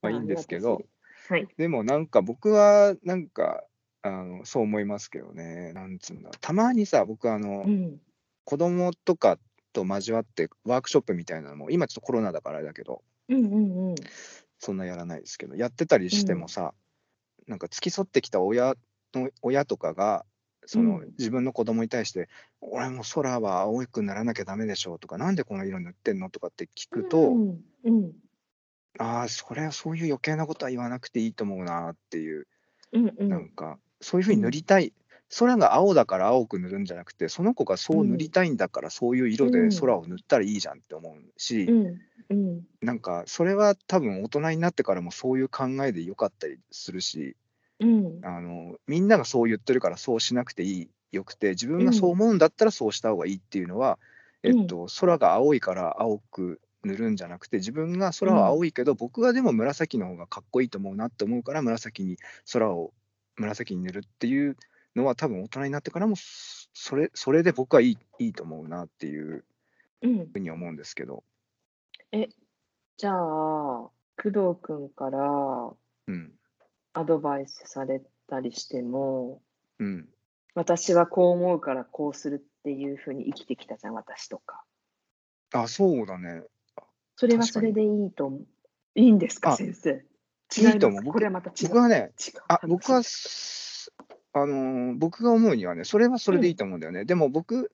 S2: まあいいんですけど
S1: あ。りがたい
S2: でもなんか僕はなんかあのそう思いますけどねなんつうんだたまにさ僕あの、
S1: はい。うん。
S2: 子供とかと交わってワークショップみたいなのも今ちょっとコロナだからあれだけど
S1: うんうんうん。
S2: そんなやらないですけどやってたりしてもさ、なんか付き添ってきた親の親とかがその、
S1: うん
S2: 自分の子供に対して「俺も空は青くならなきゃダメでしょ」とか「なんでこの色塗ってんの?」とかって聞くと「
S1: うんうん
S2: ああそれはそういう余計なことは言わなくていいと思うな」っていう
S1: うんう
S2: なん
S1: ん。
S2: かそういうふうに塗りたい、空が青だから青く塗るんじゃなくてその子がそう塗りたいんだからそういう色で空を塗ったらいいじゃんって思うし、
S1: うんうん。
S2: なんかそれは多分大人になってからもそういう考えでよかったりするし
S1: うん。
S2: あのみんながそう言ってるからそうしなくていいよくて自分
S1: う
S2: が
S1: ん
S2: そう思うんだったらそうした方がいいっていうのは、えっと、空が青いから青く塗るんじゃなくて自分が空は青いけど、僕はでも紫の方がかっこいいと思うなって思うから紫に空を紫に塗るっていうのは多分大人になってからもそそれそれで僕はいいいいと思うなっていう
S1: うん
S2: ふうに思うんですけど、
S1: じゃあ工藤君から
S2: うん
S1: アドバイスされたりしても
S2: うん、
S1: 私はこう思うからこうするっていうふうに生きてきたじゃん私とか
S2: あそうだね
S1: それは
S2: 確
S1: そ
S2: か
S1: れ
S2: に
S1: でいいと思ういいんですか
S2: あ
S1: 先生違い
S2: い
S1: ます
S2: いと思う僕
S1: これはまた違う
S2: 僕はね
S1: 違う
S2: あ
S1: 話
S2: 僕はすあのー僕が思うにはねそれはそれでいいと思うんだよね、でも僕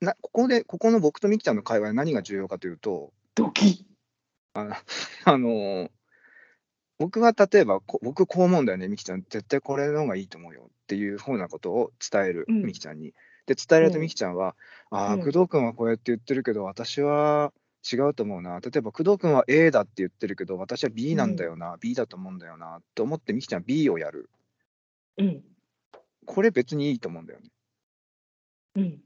S2: なここでここの僕とみきちゃんの会話で何が重要かというと
S1: ドキ
S2: あのー僕は例えばこ僕こう思うんだよねみきちゃん絶対これの方がいいと思うよっていうふうなことを伝える、
S1: うん
S2: みきちゃんにで伝える
S1: う
S2: と
S1: ん
S2: みきちゃんは、ああ
S1: うん
S2: 工藤君はこうやって言ってるけど私は違うと思うな例えば工藤君は A だって言ってるけど私は B なんだよな、B だと思うんだよなと思ってみきちゃん B をやる
S1: うん
S2: これ別にいいと思うんだよね
S1: うん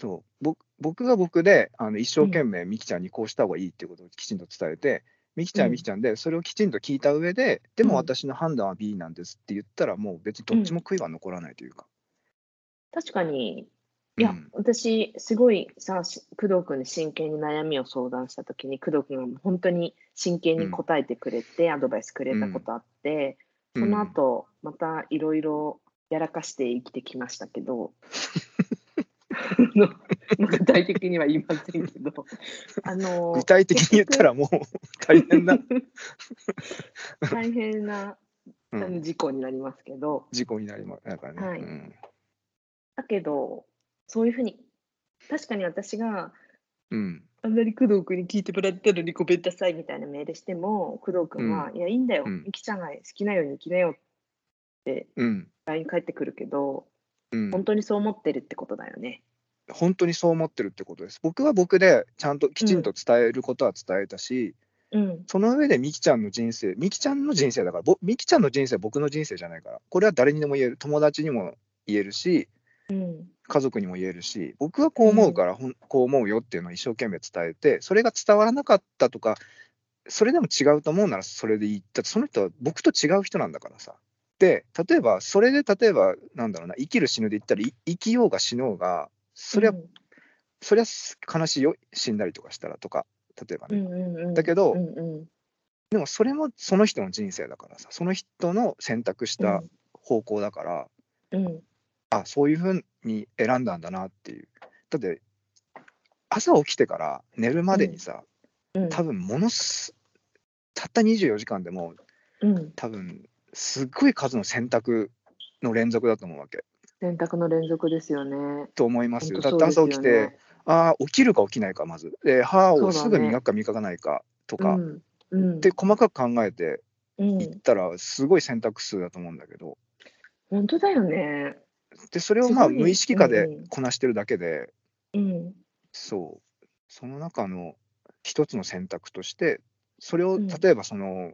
S2: そう僕僕が僕であの一生懸命みきちゃんにこうした方がいいっていうことをきちんと伝えて、みきちゃん
S1: うん
S2: はみきちゃんでそれをきちんと聞いた上で、で
S1: うん
S2: も私の判断は B なんですって言ったらもう別にどっちも悔いは残らないというか。
S1: 確かに
S2: う
S1: い
S2: ん
S1: や、私、すごいさ、し工藤君に真剣に悩みを相談したときに、工藤君が本当に真剣に答えてくれて、アドバイスくれたことあって、
S2: うん
S1: その後、またいろいろやらかして生きてきましたけ
S2: (laughs)
S1: ど、あのまあ具体的には言いませんけど、あの、
S2: 具体的に言った
S1: (laughs)
S2: らもう大変な、
S1: 大変なあ
S2: うん
S1: の事故になりますけど、
S2: 事故になりますだからね。
S1: はい
S2: うん
S1: だけど、そういうふうに、確かに私が、
S2: うん
S1: あんなに工藤君に聞いてもらったのにごめんなさいみたいなメールしても工藤君は、いやいいんだよ、
S2: うん
S1: 生きちゃんが好きなように生きなよって
S2: うん、
S1: LINE 返ってくるけど
S2: うん
S1: 本当にそう思ってるってことだよね。
S2: 本当にそう思ってるってことです。僕は僕でちゃんときちんと伝えることは伝えたし、
S1: うん、
S2: その上でみきちゃんの人生、みきちゃんの人生だから、ぼみきちゃんの人生は僕の人生じゃないから、これは誰にでも言える、友達にも言えるし、
S1: うん、
S2: 家族にも言えるし、僕はこう思うから、ほんこう思うよっていうのを一生懸命伝えて、それが伝わらなかったとか、それでも違うと思うならそれでいい。だってその人は僕と違う人なんだからさ。で、例えば、それで例えば、なんだろうな、生きる死ぬで言ったら、い生きようが死のうが、そりゃ、
S1: うん
S2: そりゃ悲しいよ、死んだりとかしたらとか、例えばね。
S1: うんうんうん、
S2: だけど
S1: うんうん
S2: でもそれもその人の人生だからさその人の選択した方向だから、
S1: うんうん
S2: あそういうふうに選んだんだなっていうだって朝起きてから寝るまでにさ、
S1: うん
S2: 多分ものすたった24時間でも
S1: うん、
S2: 多分すっごい数の選択の連続だと思うわけ
S1: 選択の連続ですよね。
S2: と思いますよ
S1: 本当
S2: だって
S1: そう
S2: 朝
S1: で
S2: 起
S1: す
S2: き
S1: よ
S2: て、
S1: ね
S2: ああ起きるか起きないかまず、で歯をす
S1: そう
S2: ぐ
S1: だね
S2: 磨くか磨かないかとか、
S1: うんうん
S2: で細かく考えて
S1: うん
S2: いったらすごい選択数だと思うんだけど、
S1: 本当だよね。
S2: でそれをますあ
S1: ごい
S2: 無意識化で
S1: うんうん
S2: こなしてるだけで
S1: うん
S2: そうその中の一つの選択としてそれを
S1: うん
S2: 例えばその、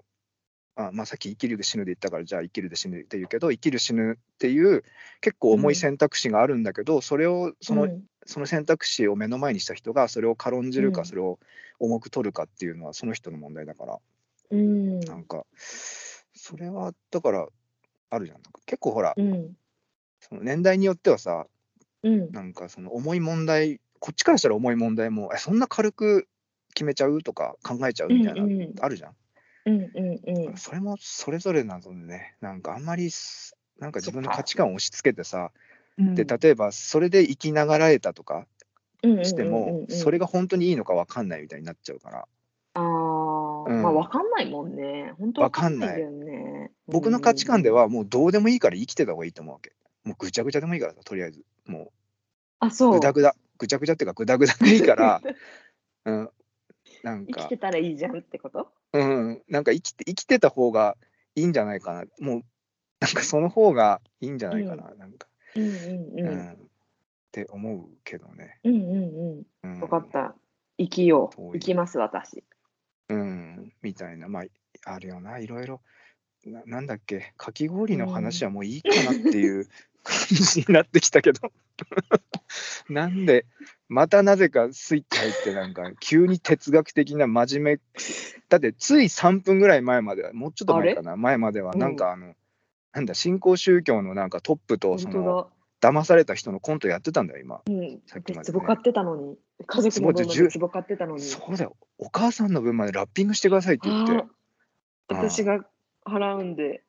S2: あまあ、さっき生きるで死ぬで言ったからじゃあ生きるで死ぬって言うけど生きる死ぬっていう結構重い選択肢があるんだけど、それをその,、
S1: うん
S2: その選択肢を目の前にした人がそれを軽んじるか、
S1: うん
S2: それを重く取るかっていうのはその人の問題だから
S1: うん
S2: なんかそれはだからあるじゃんなんか結構ほら
S1: うん
S2: その年代によってはさ
S1: うん
S2: なんかその重い問題こっちからしたら重い問題もえそんな軽く決めちゃうとか考えちゃうみたいな、
S1: うんうん
S2: あるじゃん、
S1: うんうんうん
S2: それもそれぞれなのでねなんかあんまりすなんか自分
S1: そ
S2: の
S1: っか
S2: 価値観を押し付けてさ
S1: うん
S2: で例えばそれで生きながらえたとかして
S1: うんうんうん
S2: も
S1: うんうん
S2: それが本当にいいのか分かんないみたいになっちゃうから
S1: ああ、
S2: うん
S1: まあ分かんないもんね。本当分かんないよね。
S2: 僕の価値観ではもうどうでもいいから生きてた方がいいと思うわけもうぐちゃぐちゃでもいいからさとりあえずも
S1: うん、あ、
S2: う
S1: そう。
S2: ぐだぐだぐちゃぐちゃっていうかぐだぐだでいいから、うん、なん
S1: 生
S2: か
S1: きてたらいいじゃんってこと
S2: うん、なんか生きて生きてた方がいいんじゃないかな。もうなんかその方がいいんじゃないかな。なんか、
S1: うんうん
S2: うん、
S1: う
S2: っ
S1: ん。
S2: て思うけどね。
S1: うんうんう。
S2: うんん、
S1: 分かった。生きよう。
S2: 遠
S1: 生
S2: い
S1: きます、私。
S2: うん、みたいな、まああるよな、いろいろ。ななんだっけ、かき氷の話はもういいかなっていう感じになってきたけど。 (laughs) なんでまたなぜかスイッチ入ってなんか急に哲学的な真面目だってつい3分ぐらい前まではもうちょっと前かな前まではなんかあの、なんだ新興宗教のなんかトップと
S1: 本
S2: そ
S1: 当
S2: の
S1: だ。
S2: 騙された人のコントやってたんだよ今、さっき
S1: で
S2: まで、
S1: つぼ買
S2: ね
S1: っ、てたのに、家族の分ま
S2: そう
S1: でつぼ買ってたのに、
S2: そうだよお母さんの分までラッピングしてくださいって言って
S1: あー私
S2: が
S1: が払うんで、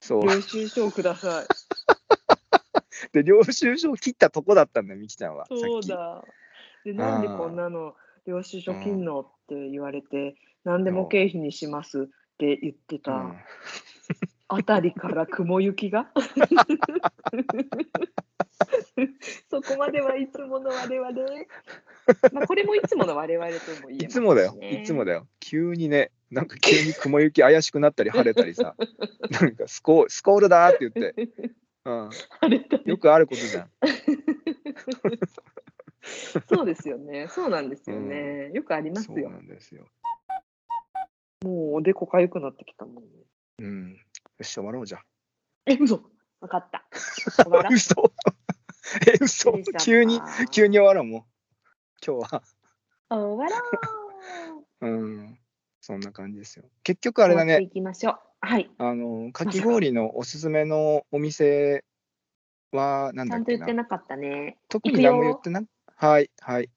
S2: そう
S1: 領収書をくだ
S2: (laughs)
S1: さい。
S2: で領収書を切ったとこだったんだよみきちゃんはさっき
S1: そうだ。で、なんでこんなの領収書切んのって言われて、何でも経費にしますって言って
S2: う
S1: た
S2: ん
S1: あたりから雲行きが。 (laughs) そこまではいつもの我々。まあ、これもいつもの我々とも言え
S2: い
S1: ます
S2: つもだよ、
S1: ね
S2: いつもだよ。急にね、なんか急に雲行き怪しくなったり晴れた
S1: (laughs)
S2: りさ、なんかスコースコールだーって言って、うん、
S1: あれだね
S2: よくあることじゃん。
S1: そうですよね。そうなんですよね。よくあります
S2: そう
S1: よ
S2: な。んですよ。
S1: もうおでこかゆくなってきたもんね。
S2: うん。よし、終わろうじゃん。
S1: え、嘘。わかった。終わら
S2: (laughs) 嘘 (laughs) え、嘘
S1: 失礼しちゃった
S2: 急に、急に終わろうもう。今日は、
S1: 終わろう。
S2: うん、そんな感じですよ。結局あれだ
S1: 終わって
S2: ね、
S1: いきましょう。はい。
S2: あの、かき氷のおすすめのお店は、なん
S1: ち
S2: だ
S1: ゃ
S2: っ
S1: んと
S2: け
S1: 言って
S2: な。
S1: なかったね。
S2: 特
S1: 行
S2: に
S1: くよ
S2: 何も言ってない。はい、はい、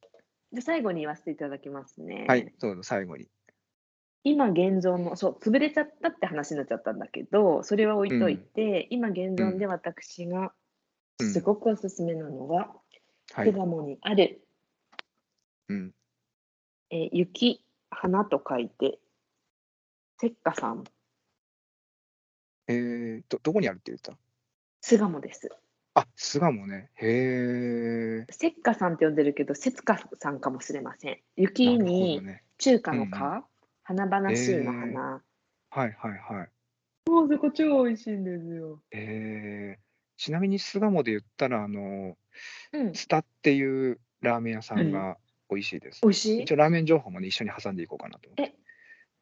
S1: じゃあ最後に言わせていただきますね。
S2: はい、どうぞ、最後に。
S1: 今現存のそう潰れちゃったって話になっちゃったんだけど、それは置いといて、今現存で私が
S2: うん
S1: すごくおすすめなのは、
S2: は
S1: 巣
S2: い。
S1: 鴨にある、
S2: うん
S1: えー雪花と書いて雪花さん
S2: えー、どどこにあるって言った
S1: 巣鴨です。
S2: あ巣鴨ねへえ
S1: 雪花さんって呼んでるけど雪花さんかもしれません。雪に
S2: ね、
S1: 中華の
S2: うんう
S1: 花、花々しいの花。
S2: えーはいはいはい
S1: もうそこ超美味しいんですよ。
S2: えー、ちなみに巣鴨で言ったらあの
S1: うん。
S2: スタっていうラーメン屋さんが美味しいです、
S1: 美味しい
S2: 一応ラーメン情報もね一緒に挟んでいこうかなと思って
S1: え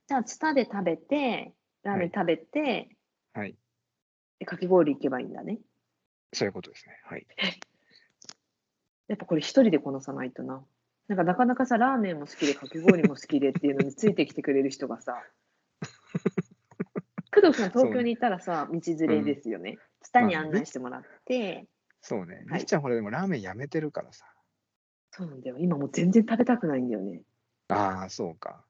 S1: じゃあ、ツタで食べて、ラーメン食べて、
S2: はい
S1: でかき氷行けばいいんだね。
S2: そういうことですねはい
S1: やっぱこれ一人でこなさないとな。なんかなかなかさ、ラーメンも好きで、かき氷も好きでっていうのについてきてくれる人がさ、 (laughs) 工藤さん、東京にいたらさ、道連れですよね。ツタに案内してもらって、
S2: そうね
S1: はい
S2: みきちゃんほらでもラーメンやめてるからさ
S1: そうなんだよ。今もう全然食べたくないんだよね。
S2: ああそうか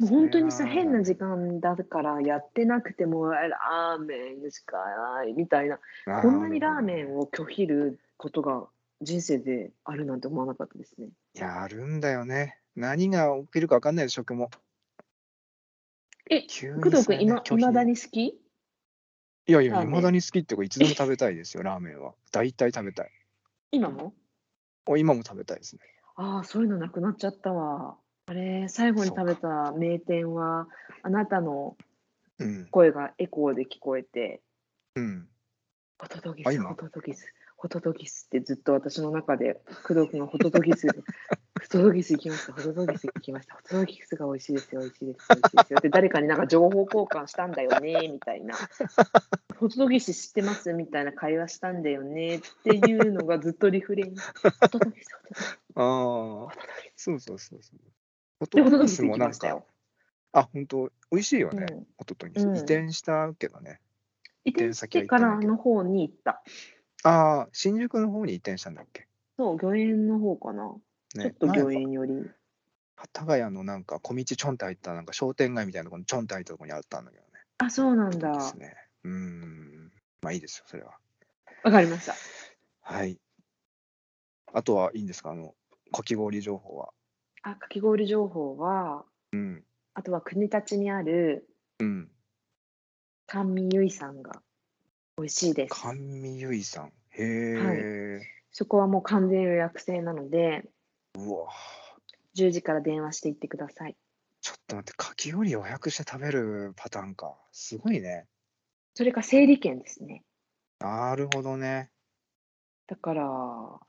S1: もう本当にさ、
S2: それは
S1: 変な時間だからやってなくても、あラーメンしかないみたいな。
S2: あ
S1: こんなにラーメ
S2: なるほ
S1: ン
S2: どね
S1: を拒否ることが人生であるなんて思わなかったですね。
S2: いやあるんだよね何が起きるか分かんないで食も
S1: え、
S2: 急に
S1: 工藤
S2: それ
S1: 君、
S2: ね
S1: いま
S2: 拒否
S1: だに好き
S2: いやい
S1: ラ
S2: や、
S1: ー
S2: い
S1: メン
S2: まだに好きっていうか、いつでも食べたいですよ、ラーメンは。大体食べたい。
S1: 今も
S2: お今も食べたい
S1: (laughs)
S2: ですね。
S1: ああ、そういうのなくなっちゃったわ。あれ、最後に食べた名店は、あなたの
S2: うん。
S1: 声がエコーで聞こえて、
S2: うん。
S1: ホトトギ
S2: あ
S1: ス、
S2: 今
S1: ホトトギス、ホトトギスってずっと私の中で、工藤君がホトトギ
S2: (laughs)
S1: ス、ホトトギス行きました、ホトトギス行きました、ホトトギスが美味しいですよ、美味しいですよ、美味しいですよ。で、誰かになんか情報交換したんだよね、みたい
S2: (laughs)
S1: な。ホトトギス知ってますみたいな会話したんだよねっていうのがずっとリフレイ
S2: (laughs)
S1: ン。ホトトギス、ホトトギス、
S2: ああ、そうそうそうそう。ホ
S1: でホト
S2: ト
S1: ト
S2: ギ
S1: ギス
S2: ス
S1: 行
S2: も
S1: き
S2: な
S1: ま
S2: ん
S1: した
S2: か
S1: よ、。
S2: あ、本当美味しいよ
S1: う
S2: ね。
S1: ん
S2: ホトトギス。
S1: うん
S2: 移転したけどね。
S1: 移転してからの方に行った。
S2: ああ、新宿の方に移転したんだっけ。
S1: そう、御苑の方かな。ちょっ
S2: ね。
S1: と
S2: 前は
S1: 御苑より。
S2: 幡ヶ谷のなんか小道ちょんって入ったなんか商店街みたいなところにちょんって入ったところにあったんだけどね。
S1: あ、そうなんだ。
S2: そうです
S1: わ
S2: ね。うーん。まあいいですよ、それは。
S1: かりました。
S2: はい。あとはいいんですかあの、かき氷情報は。
S1: あ、かき氷情報は、
S2: うん。
S1: あとは国立にある
S2: うん。
S1: 甘味ゆいさんが美味しいです。
S2: 甘味ゆいさん。へえ、
S1: そこはもう完全予約制なので、
S2: うわ。
S1: 10時から電話していってください。
S2: ちょっと待って、かき氷予約して食べるパターンか。すごいね。
S1: それか整理券ですね。
S2: なるほどね。
S1: だから、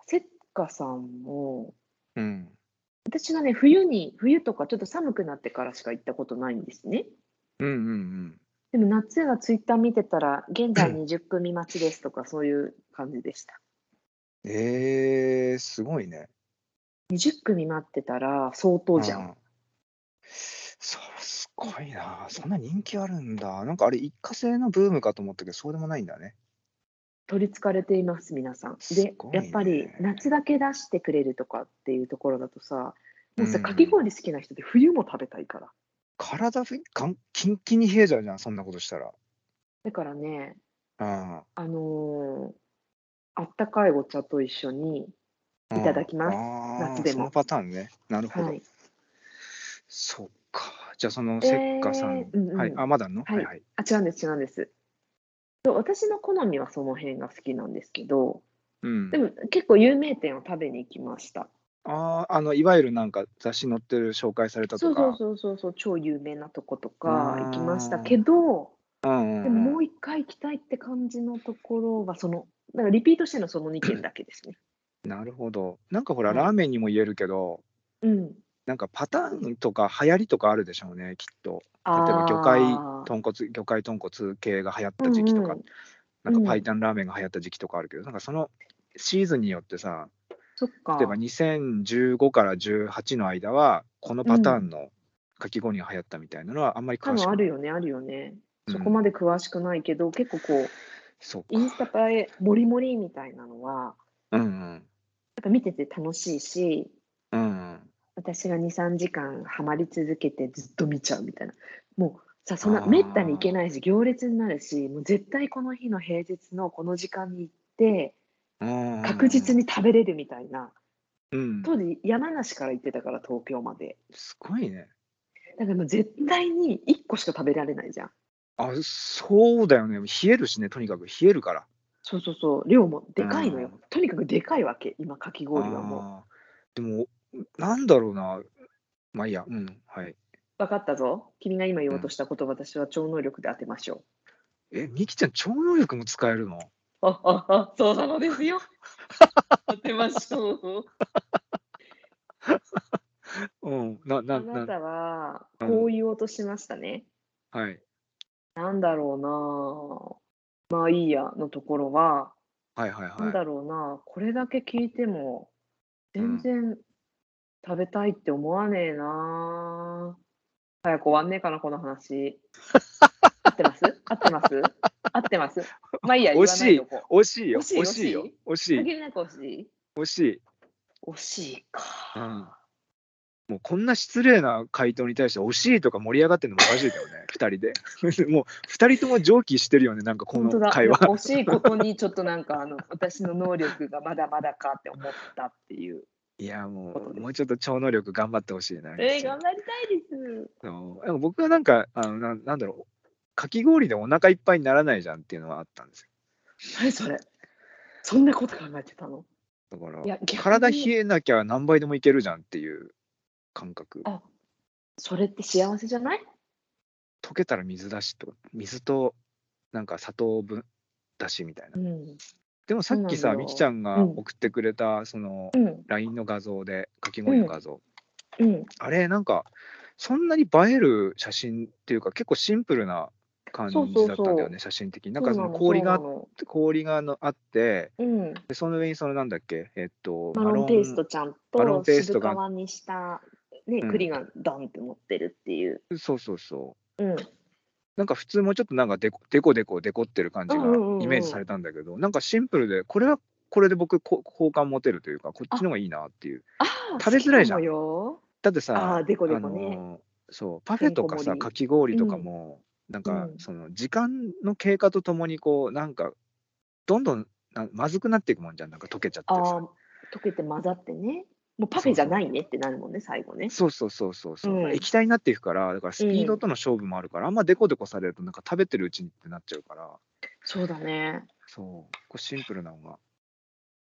S1: せっかさんも、
S2: うん。
S1: 私がね、冬に、冬とかちょっと寒くなってからしか行ったことないんですね。
S2: うんうんうん。
S1: でも夏はツイッター見てたら、現在20組待ちですとか、そういう感じでした。
S2: えー、すごいね。
S1: 20組待ってたら相当じゃん。
S2: う。そう、すごいな。そんな人気あるんだ。なんかあれ、一過性のブームかと思ったけど、そうでもないんだね。
S1: 取りつかれています皆さん。
S2: す
S1: で
S2: ごいね
S1: やっぱり夏だけ出してくれるとかっていうところだとさもうさ
S2: うん
S1: かき氷好きな人って冬も食べたいから
S2: 体ふかん、キンキンに冷えちゃうじゃん、そんなことしたら。
S1: だからね
S2: うん。
S1: あのーあったかいお茶と一緒に
S2: うん
S1: いただきます
S2: あー
S1: 夏でも
S2: そのパターンね。なるほど。
S1: はい
S2: そっか。じゃあ、そのせっかさん。
S1: えーうんうん
S2: はい。あ、まだあんの、
S1: はい
S2: はいはい。
S1: あ違うんです違うんですそう私の好みはその辺が好きなんですけど
S2: うん
S1: で。も結構有名店を食べに行きました
S2: ああ、あの、いわゆるなんか雑誌載ってる紹介された
S1: そ
S2: と
S1: う
S2: か。
S1: そうそうそうそう超有名なとことか行きました
S2: あー
S1: けど
S2: うんうんうん
S1: でももう一回行きたいって感じのところはそのだからリピートしてのその2件だけですね。
S2: なるほど。なんかほら、
S1: はい
S2: ラーメンにも言えるけど、
S1: うん、
S2: なんかパターンとか流行りとかあるでしょうね、きっと。例えば魚介豚骨、魚介豚骨系が流行った時期とか、
S1: うんうん
S2: なんかパイタンラーメンが流行った時期とかあるけど、なんかそのシーズンによってさ、
S1: そっか
S2: 例えば2015から18の間は、このパターンのかき氷が流行ったみたいなのは、あんまり
S1: 多
S2: 詳
S1: 分
S2: し
S1: あ
S2: くない。
S1: るよねあるよね。
S2: うん
S1: そこまで詳しくないけど、結構こう
S2: そう
S1: インス
S2: か。
S1: タ映えモリモリみたいなのは
S2: うんうん。
S1: やっぱ見てて楽しいし
S2: うんうん。
S1: 私が23時間ハマり続けてずっと見ちゃうみたいなもうさそん
S2: あ
S1: な
S2: ー
S1: めったに行けないし行列になるしもう絶対この日の平日のこの時間に行って
S2: うんうん
S1: 確実、に食べれるみたいな。
S2: うん、
S1: 当時山梨から行ってたから東京まです
S2: ごいね。
S1: だからもう絶対に1個しか食べられないじゃん
S2: あ、そうだよね。冷えるしね、とにかく冷えるから。
S1: そうそうそう量もでかいのよ、
S2: う
S1: とにかくでかいわけ今かき氷はも
S2: あーでも、なんだろうな。まあいいや、うん、はい。
S1: う分かったぞ君が今言おうとしたこと、私は超能力で当てましょ
S2: え、ミキちゃん、超能力も使えるの
S1: うあああそうなのです
S2: (laughs)
S1: よ当てましょう
S2: うん、な、
S1: あ
S2: な、
S1: な
S2: な、
S1: たはこう言おうとしましたね、
S2: はい。
S1: なんだろうなまあいいやのところは
S2: はいはい
S1: なん
S2: は
S1: だろうな、これだけ聞いても、全然食べたいって思わねえな、早く終わんねえかな、この
S2: (laughs)
S1: 話。合ってます合ってます合ってますまあいいや、言
S2: 惜
S1: わ
S2: し
S1: ないいとこ
S2: い。惜しいよ、
S1: 惜しい
S2: 惜しいよ。惜しい、
S1: 限りなく惜しい
S2: 惜しい。
S1: 惜しい
S2: うん。
S1: か。
S2: もうこんな失礼な回答に対して惜しいとか盛り上がってるのもおかしいけどね、 (laughs) 二人で。 (laughs) もう二人とも上記してるよね、なんかこ
S1: 本当
S2: の
S1: だ
S2: 会
S1: (laughs)
S2: 話。
S1: 惜しいことにちょっとなんかあの (laughs) 私の能力がまだまだかって思ったっていう。
S2: いや、も
S1: こと
S2: う、
S1: で
S2: もうちょっと超能力頑張ってほしいな。ミ
S1: え
S2: キ
S1: ー、
S2: ちゃん
S1: 頑張りたいです。
S2: そうでも僕はなんかあのな、なんだろう、かき氷でお腹いっぱいにならないじゃんっていうのはあったんです
S1: 何それそんなこと考えてたの
S2: よ。だか
S1: い
S2: ら、
S1: や逆に
S2: 体冷えなきゃ何倍でもいけるじゃんっていう感覚。
S1: あそれって幸せじゃない
S2: 溶けたら水だしと、水となんか砂糖分だしみたいな
S1: う。ん。
S2: でもさっき
S1: そう
S2: さ、
S1: なんだ
S2: みきちゃんが
S1: うん
S2: 送ってくれた、その
S1: うん。
S2: LINE の画像で、かき氷の画像、
S1: うん。
S2: あれ、なんか、そんなに映える写真っていうか、結構シンプルな感じだ
S1: そ
S2: っ
S1: うそうそう
S2: たんだよね、写真的に。なんかその氷があっ
S1: そう
S2: て、氷があのあって、
S1: なのうん、
S2: でその上にそのなんだっけえっと
S1: マロンペーストちゃん
S2: マロン
S1: と
S2: ペースト
S1: 渋
S2: が
S1: 皮にした、ね
S2: うん
S1: 栗がドンって持ってるっていう、
S2: そうそうそう
S1: うん、
S2: なんか普通もうちょっとなんかデコデコデコデコってる感じが
S1: うんうんうんうん
S2: イメージされたんだけど、なんかシンプルでこれはこれで僕こ好感持てるというかこっちの方がいいなっていう
S1: あ
S2: 食べづらいじゃん
S1: んよ
S2: だって
S1: あ
S2: さ
S1: あデコデコね、
S2: あのーそうパフェとか
S1: て
S2: さ
S1: んこ盛り
S2: かき氷とかも、なんか
S1: うん
S2: その時間の経過とともにこうなんかどんどんなまずくなっていくもんじゃんなんか溶けちゃって
S1: ああ
S2: さ
S1: ー溶けて混ざってねもうパフェじゃないねってなるもんね最後ね
S2: そうそうそうそうそう、
S1: うん
S2: 液体になっていくからだからスピード
S1: うん
S2: との勝負もあるから、あんまデコデコされるとなんか食べてるうちにってなっちゃうから
S1: そうだね
S2: そうこうシンプルなのが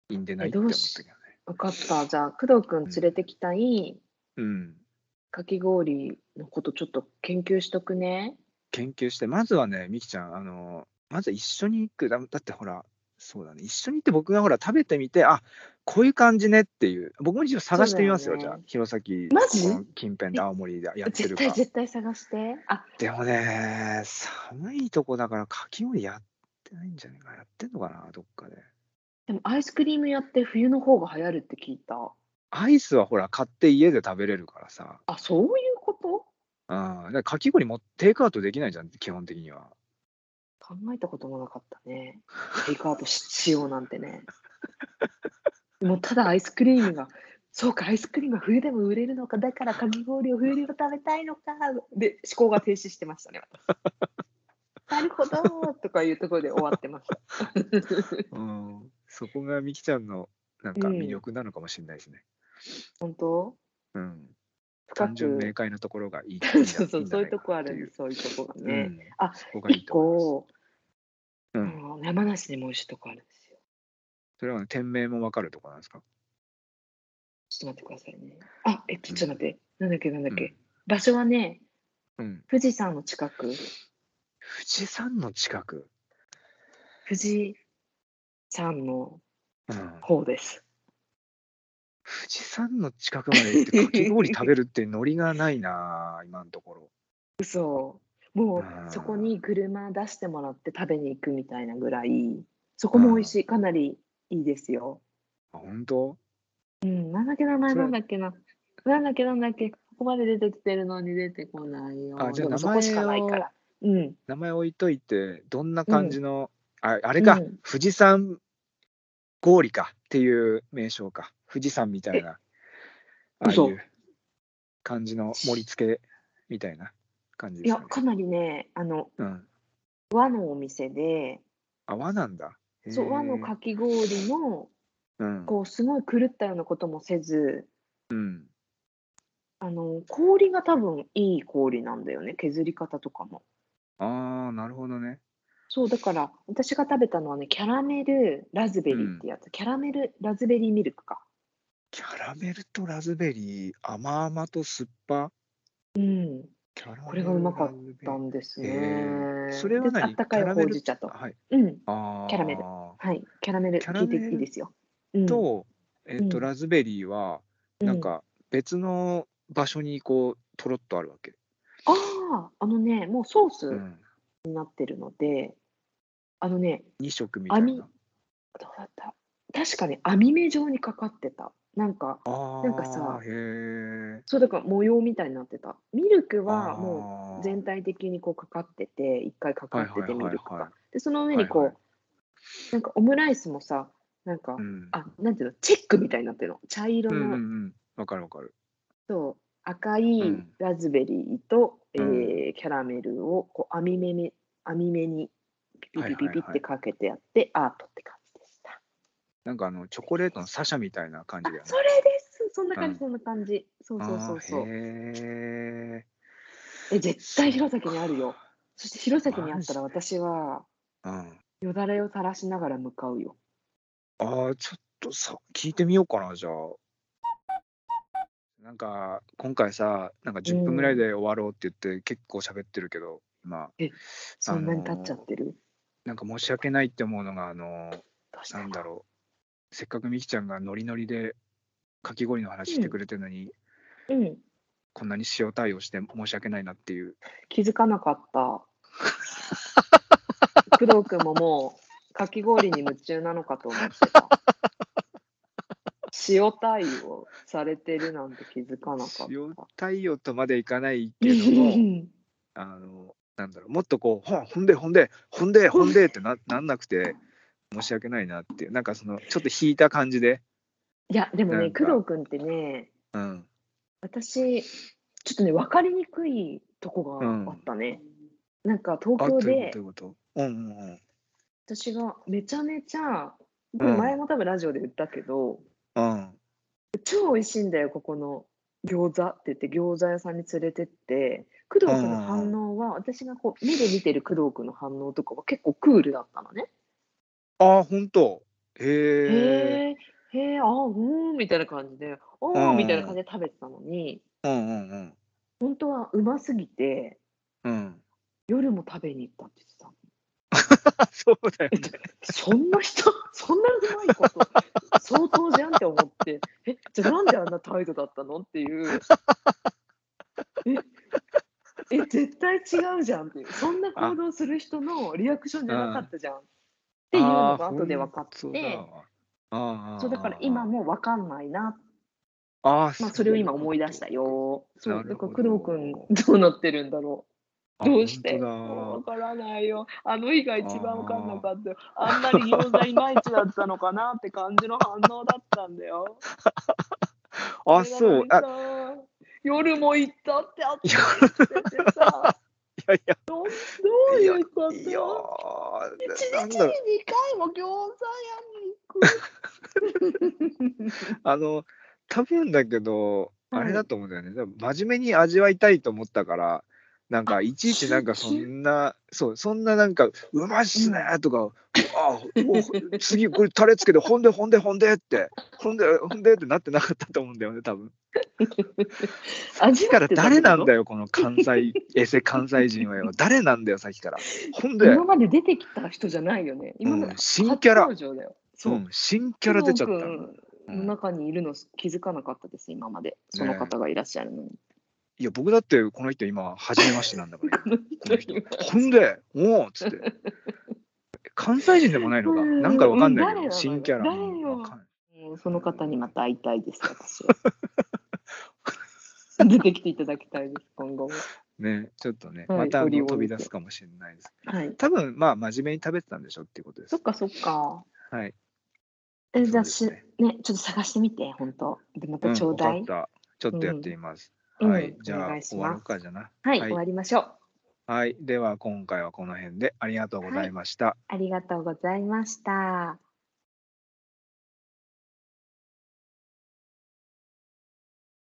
S2: いいんでない
S1: え
S2: って
S1: ど
S2: 思
S1: う
S2: った
S1: し
S2: けどね
S1: 分かったじゃあ工藤君連れてきたい
S2: うん
S1: かき氷のことちょっと研究しとくね
S2: 研究してまずはねみきちゃんあのまず一緒に行くだだってほらそうだね一緒に行って僕がほら食べてみてあこういう感じねっていう僕も一応探してみますよ
S1: そうだ
S2: じゃ
S1: よ
S2: あ
S1: ね
S2: 弘前
S1: マジ
S2: ここの近辺で青森でやって
S1: 絶
S2: る
S1: 対
S2: か
S1: 絶対探してあ
S2: でもね寒いとこだからかき氷やってないんじゃないかなやってんのかなどっかで
S1: でもアイスクリーム屋って冬の方が流行るって聞いた
S2: アイスはほら買って家で食べれるからさ
S1: あそういうこと
S2: ああ、だからかき氷もテイクアウトできないじゃん、基本的には。
S1: 考えたこともなかったね。テイクアウトしようなんてね。もうただアイスクリームが、そうか、アイスクリームは冬でも売れるのか、だからかき氷を冬でも食べたいのか、で、思考が停止してましたね。私なるほどとかいうところで終わってました。
S2: うん、そこがみきちゃんのなんか魅力なのかもしれないですね。
S1: 本当
S2: うん、
S1: 深
S2: 単純
S1: く。
S2: 明快なところがいい。
S1: そう (laughs) そうそう、そういうとこあ
S2: る
S1: るんです、そういうとこが
S2: う
S1: ね。
S2: ん、
S1: あ
S2: そこがいい
S1: 一
S2: と思います。
S1: 個、
S2: う
S1: あ
S2: ん
S1: の山梨でも美味しいとこあるんですよ。
S2: それは、ね、店名もわかるとこなんですか、
S1: ちょっと待ってくださいね。あ、えっと、ちょっと待って。なんだっけ、なんだ
S2: う
S1: っ
S2: ん
S1: け。場所はね、
S2: うん、
S1: 富士山の近く、
S2: 富士山の近く、
S1: 富士山の
S2: うん、
S1: 方です。
S2: 富士山の近くまで行ってかき氷食べるってノリがないな今のところ
S1: 嘘。も
S2: あー
S1: うそこに車出してもらって食べに行くみたいなぐらい、そこも美味しい、かなりいいですよ。
S2: あ本当
S1: うん、なんだっけ名前
S2: それ
S1: なんだっけな。なんだっけなんだっけ、ここまで出てきてるのに出てこないよ。
S2: あじゃあ
S1: でも
S2: 名
S1: そ
S2: 前
S1: こしかないか
S2: を
S1: ら。うん。
S2: 名前置いといてどんな感じの、ああれか、
S1: うん
S2: 富士山氷かっていう名称か富士山みたいなああい
S1: 嘘
S2: う感じの盛り付けみたいな感じ
S1: い
S2: です
S1: や、
S2: かね
S1: かなりね、あの、
S2: うん、
S1: 和のお店で、
S2: あ和なんだ
S1: そう和のかき氷の
S2: うん、
S1: こうすごい狂ったようなこともせず
S2: うん、
S1: あの氷が多分いい氷なんだよね削り方とかも
S2: ああなるほどね
S1: そうだから私が食べたのはねキャラメルラズベリーってやつ、キャラメルラズベリーミルクか
S2: キャラメルとラズベリー甘々と酸っぱ
S1: うん
S2: キャラメル
S1: これがうまかった
S2: ラズベリ
S1: な
S2: ー
S1: んです
S2: へ
S1: ね
S2: ーそれは
S1: であ
S2: 何
S1: ったかい
S2: キャラメ
S1: ほ
S2: ル
S1: うじ茶と
S2: はい
S1: うん
S2: あー
S1: キャラメルはいキャラメル
S2: キャ
S1: 聞
S2: ラ
S1: いて
S2: メル
S1: いいですよ、うん、
S2: と、えっと、
S1: うん
S2: ラズベリーは、なんか別の場所にこう、とろっとあるわけ。
S1: うん、あああのねもうソー
S2: う
S1: ス
S2: ん。
S1: になってるので、あのね
S2: 2色みたい
S1: 網
S2: な。
S1: どうだった確かに網目状にかかってた。なんか、
S2: ああ。
S1: なんかさ
S2: へえ。
S1: そうだから模様みたいになってた。ミルクはも
S2: も
S1: う全体的にこうかかってて、一回かかって
S2: はいは
S1: て
S2: い
S1: ミ
S2: はいはい
S1: ルクが。で、その上にこう、
S2: はいは
S1: なんかオムライスもさ、なんか、
S2: うん。
S1: あ、なんていうの、チェックみたいになってるの。茶色
S2: うんうんう
S1: の、
S2: ん。わかるわかる。
S1: そう赤い
S2: うん
S1: ラズベリーと、
S2: うん
S1: えーキャラメルをこう網目に網目にピピピピピってかけてやって、アートって感じでした。
S2: なんかあの、チョコレートのサシャみたいな感
S1: あ
S2: じだよね
S1: そ。れですそんな感
S2: うん
S1: じ、そんな感じそうそうそうそ
S2: あー
S1: う
S2: へえ。
S1: え絶対弘前にあるよそして弘前にあったら
S2: マジ
S1: 私は
S2: うん。
S1: よだれを垂らしながら向かうよ
S2: ああ、ちょっとさ、聞いてみようかな、じゃあ。なんか、今回さ、なんか10分ぐらいで終わろうって言って、結構喋ってるけど、今、
S1: そんなに経っちゃってる、
S2: なんか申し訳ないって思うのが、あのー、
S1: どうした
S2: なん
S1: の
S2: だろう、せっかくみきちゃんがノリノリでかき氷の話してくれてるのに、
S1: うん
S2: こんなに塩対応して申し訳ないなっていう。
S1: 気づかなかった
S2: (laughs)
S1: 工藤君ももうかき氷に夢中なのかと思ってた塩対応されてるなんて気づかなかった
S2: 塩対応とまでいかないけど
S1: (laughs)
S2: も、あの、なんだろう、もっとこう、ほんほんで、ほんで、ほんで、ほんでってななんなくて、申し訳ないなっていう、なんかその、ちょっと引いた感じで。
S1: いやでも
S2: な
S1: ね
S2: んか
S1: 工藤君ってね
S2: うん、
S1: 私ちょっとね分かりにくいとこがあったね、なんか
S2: あ
S1: 東
S2: ど
S1: 京
S2: うい
S1: で
S2: うことどういうことうんうんうん
S1: 私がめちゃめちゃこれ前も多分ラジオで言ったけど、
S2: うん
S1: 超美味しいんだよここの餃子って言って餃子屋さんに連れてって工藤君の反応は、私がこう目で見てる工藤君の反応とかは結構クールだったのね。
S2: ああ本当
S1: へ
S2: へえ
S1: えへえあーうーんみたいな感じでお
S2: う
S1: ー
S2: ん
S1: みたいな感じで食べてたのに
S2: うんうんうん
S1: 本当はうますぎて
S2: うん (laughs)
S1: 夜も食べに行ったって言ってたの。
S2: あそうだよね
S1: そんな人、 (laughs) そんなうまいこと、相当じゃんって思って、え、じゃあなんであんな態度だったのっていう。え、え絶対違うじゃんっていう、そんな行動する人のリアクションじゃなかったじゃん。っていうのが後で分かって、
S2: あー本当だわあーあーあー
S1: そうだから今もう分かんないな
S2: ああ、
S1: まあ、それを今思い出したよ。そう、だから工藤君、どうなってるんだろう。どうしてわ
S2: 本
S1: からないよ。あの日が一番わかんなかったよ。あんまり餃子いまいちだったのかなって感じの反応だったんだよ。
S2: 当だあ、そう。あ、い
S1: あ夜も行ったってあったって言ってさ、
S2: や (laughs) いや、
S1: どどういうこと
S2: いやー、
S1: 一
S2: なん
S1: 日に2
S2: だろう。
S1: 回も餃
S2: (laughs)
S1: 子屋に行く。
S2: あの、多分だけど、
S1: はい
S2: あれだと思うんだよね。でも真面目に味わいたいと思ったから、なんかいちいちなんかそんな、そう、そんななんか、うまいっすねとか、あお次これタレつけて、ほんでほんでほんでって、ほんでほんでってなってなかったと思うんだよね、多分。
S1: 味
S2: だから誰なんだ
S1: よ。
S2: よ、この関西、エセ関西人はよ。
S1: (laughs)
S2: 誰なんだよ、さっきから。ほんで、
S1: 今まで出てきた人じゃないよね。今ま
S2: う
S1: で
S2: ん、新キャラ
S1: 初、登場だよ。そうう。
S2: ん、新キャラ出ちゃった。
S1: 工藤君の中にいるの気づかなかったです、今まで。その方がいらっしゃるのに。
S2: いや、僕だってこの人今、初めましてなんだから。
S1: この
S2: この人
S1: 人今
S2: (laughs) ほんで、おおっつって。関西人でもないのか。なんかわかんない
S1: うん誰なのよ
S2: けど、新キャラ。
S1: 誰よ
S2: うんわかんない
S1: うんその方にまた会いたいです、私
S2: (laughs)
S1: は。出てきていただきたいです、今後も。
S2: ね、ちょっとね、
S1: はい
S2: またあの
S1: 折々
S2: 飛び出すかもしれないです。
S1: はい。
S2: 多分まあ、真面目に食べてたんでしょっていうことで
S1: そっ
S2: す。
S1: かそっか。
S2: はい。
S1: え、じゃあ
S2: そ
S1: し、
S2: う
S1: ね
S2: で、
S1: ちょっと探してみて、本当で、ま
S2: う
S1: た
S2: ん
S1: ちょうだい。
S2: わかったちょっとやってみます。
S1: うん
S2: は
S1: う
S2: い
S1: ん。
S2: じゃ
S1: お願
S2: あ、
S1: いします
S2: 終わるかじゃ
S1: は
S2: な。
S1: い、
S2: はい
S1: 終わりましょう。
S2: はい。では、今回はこの辺でありがとうございました。
S1: ありがとうございました。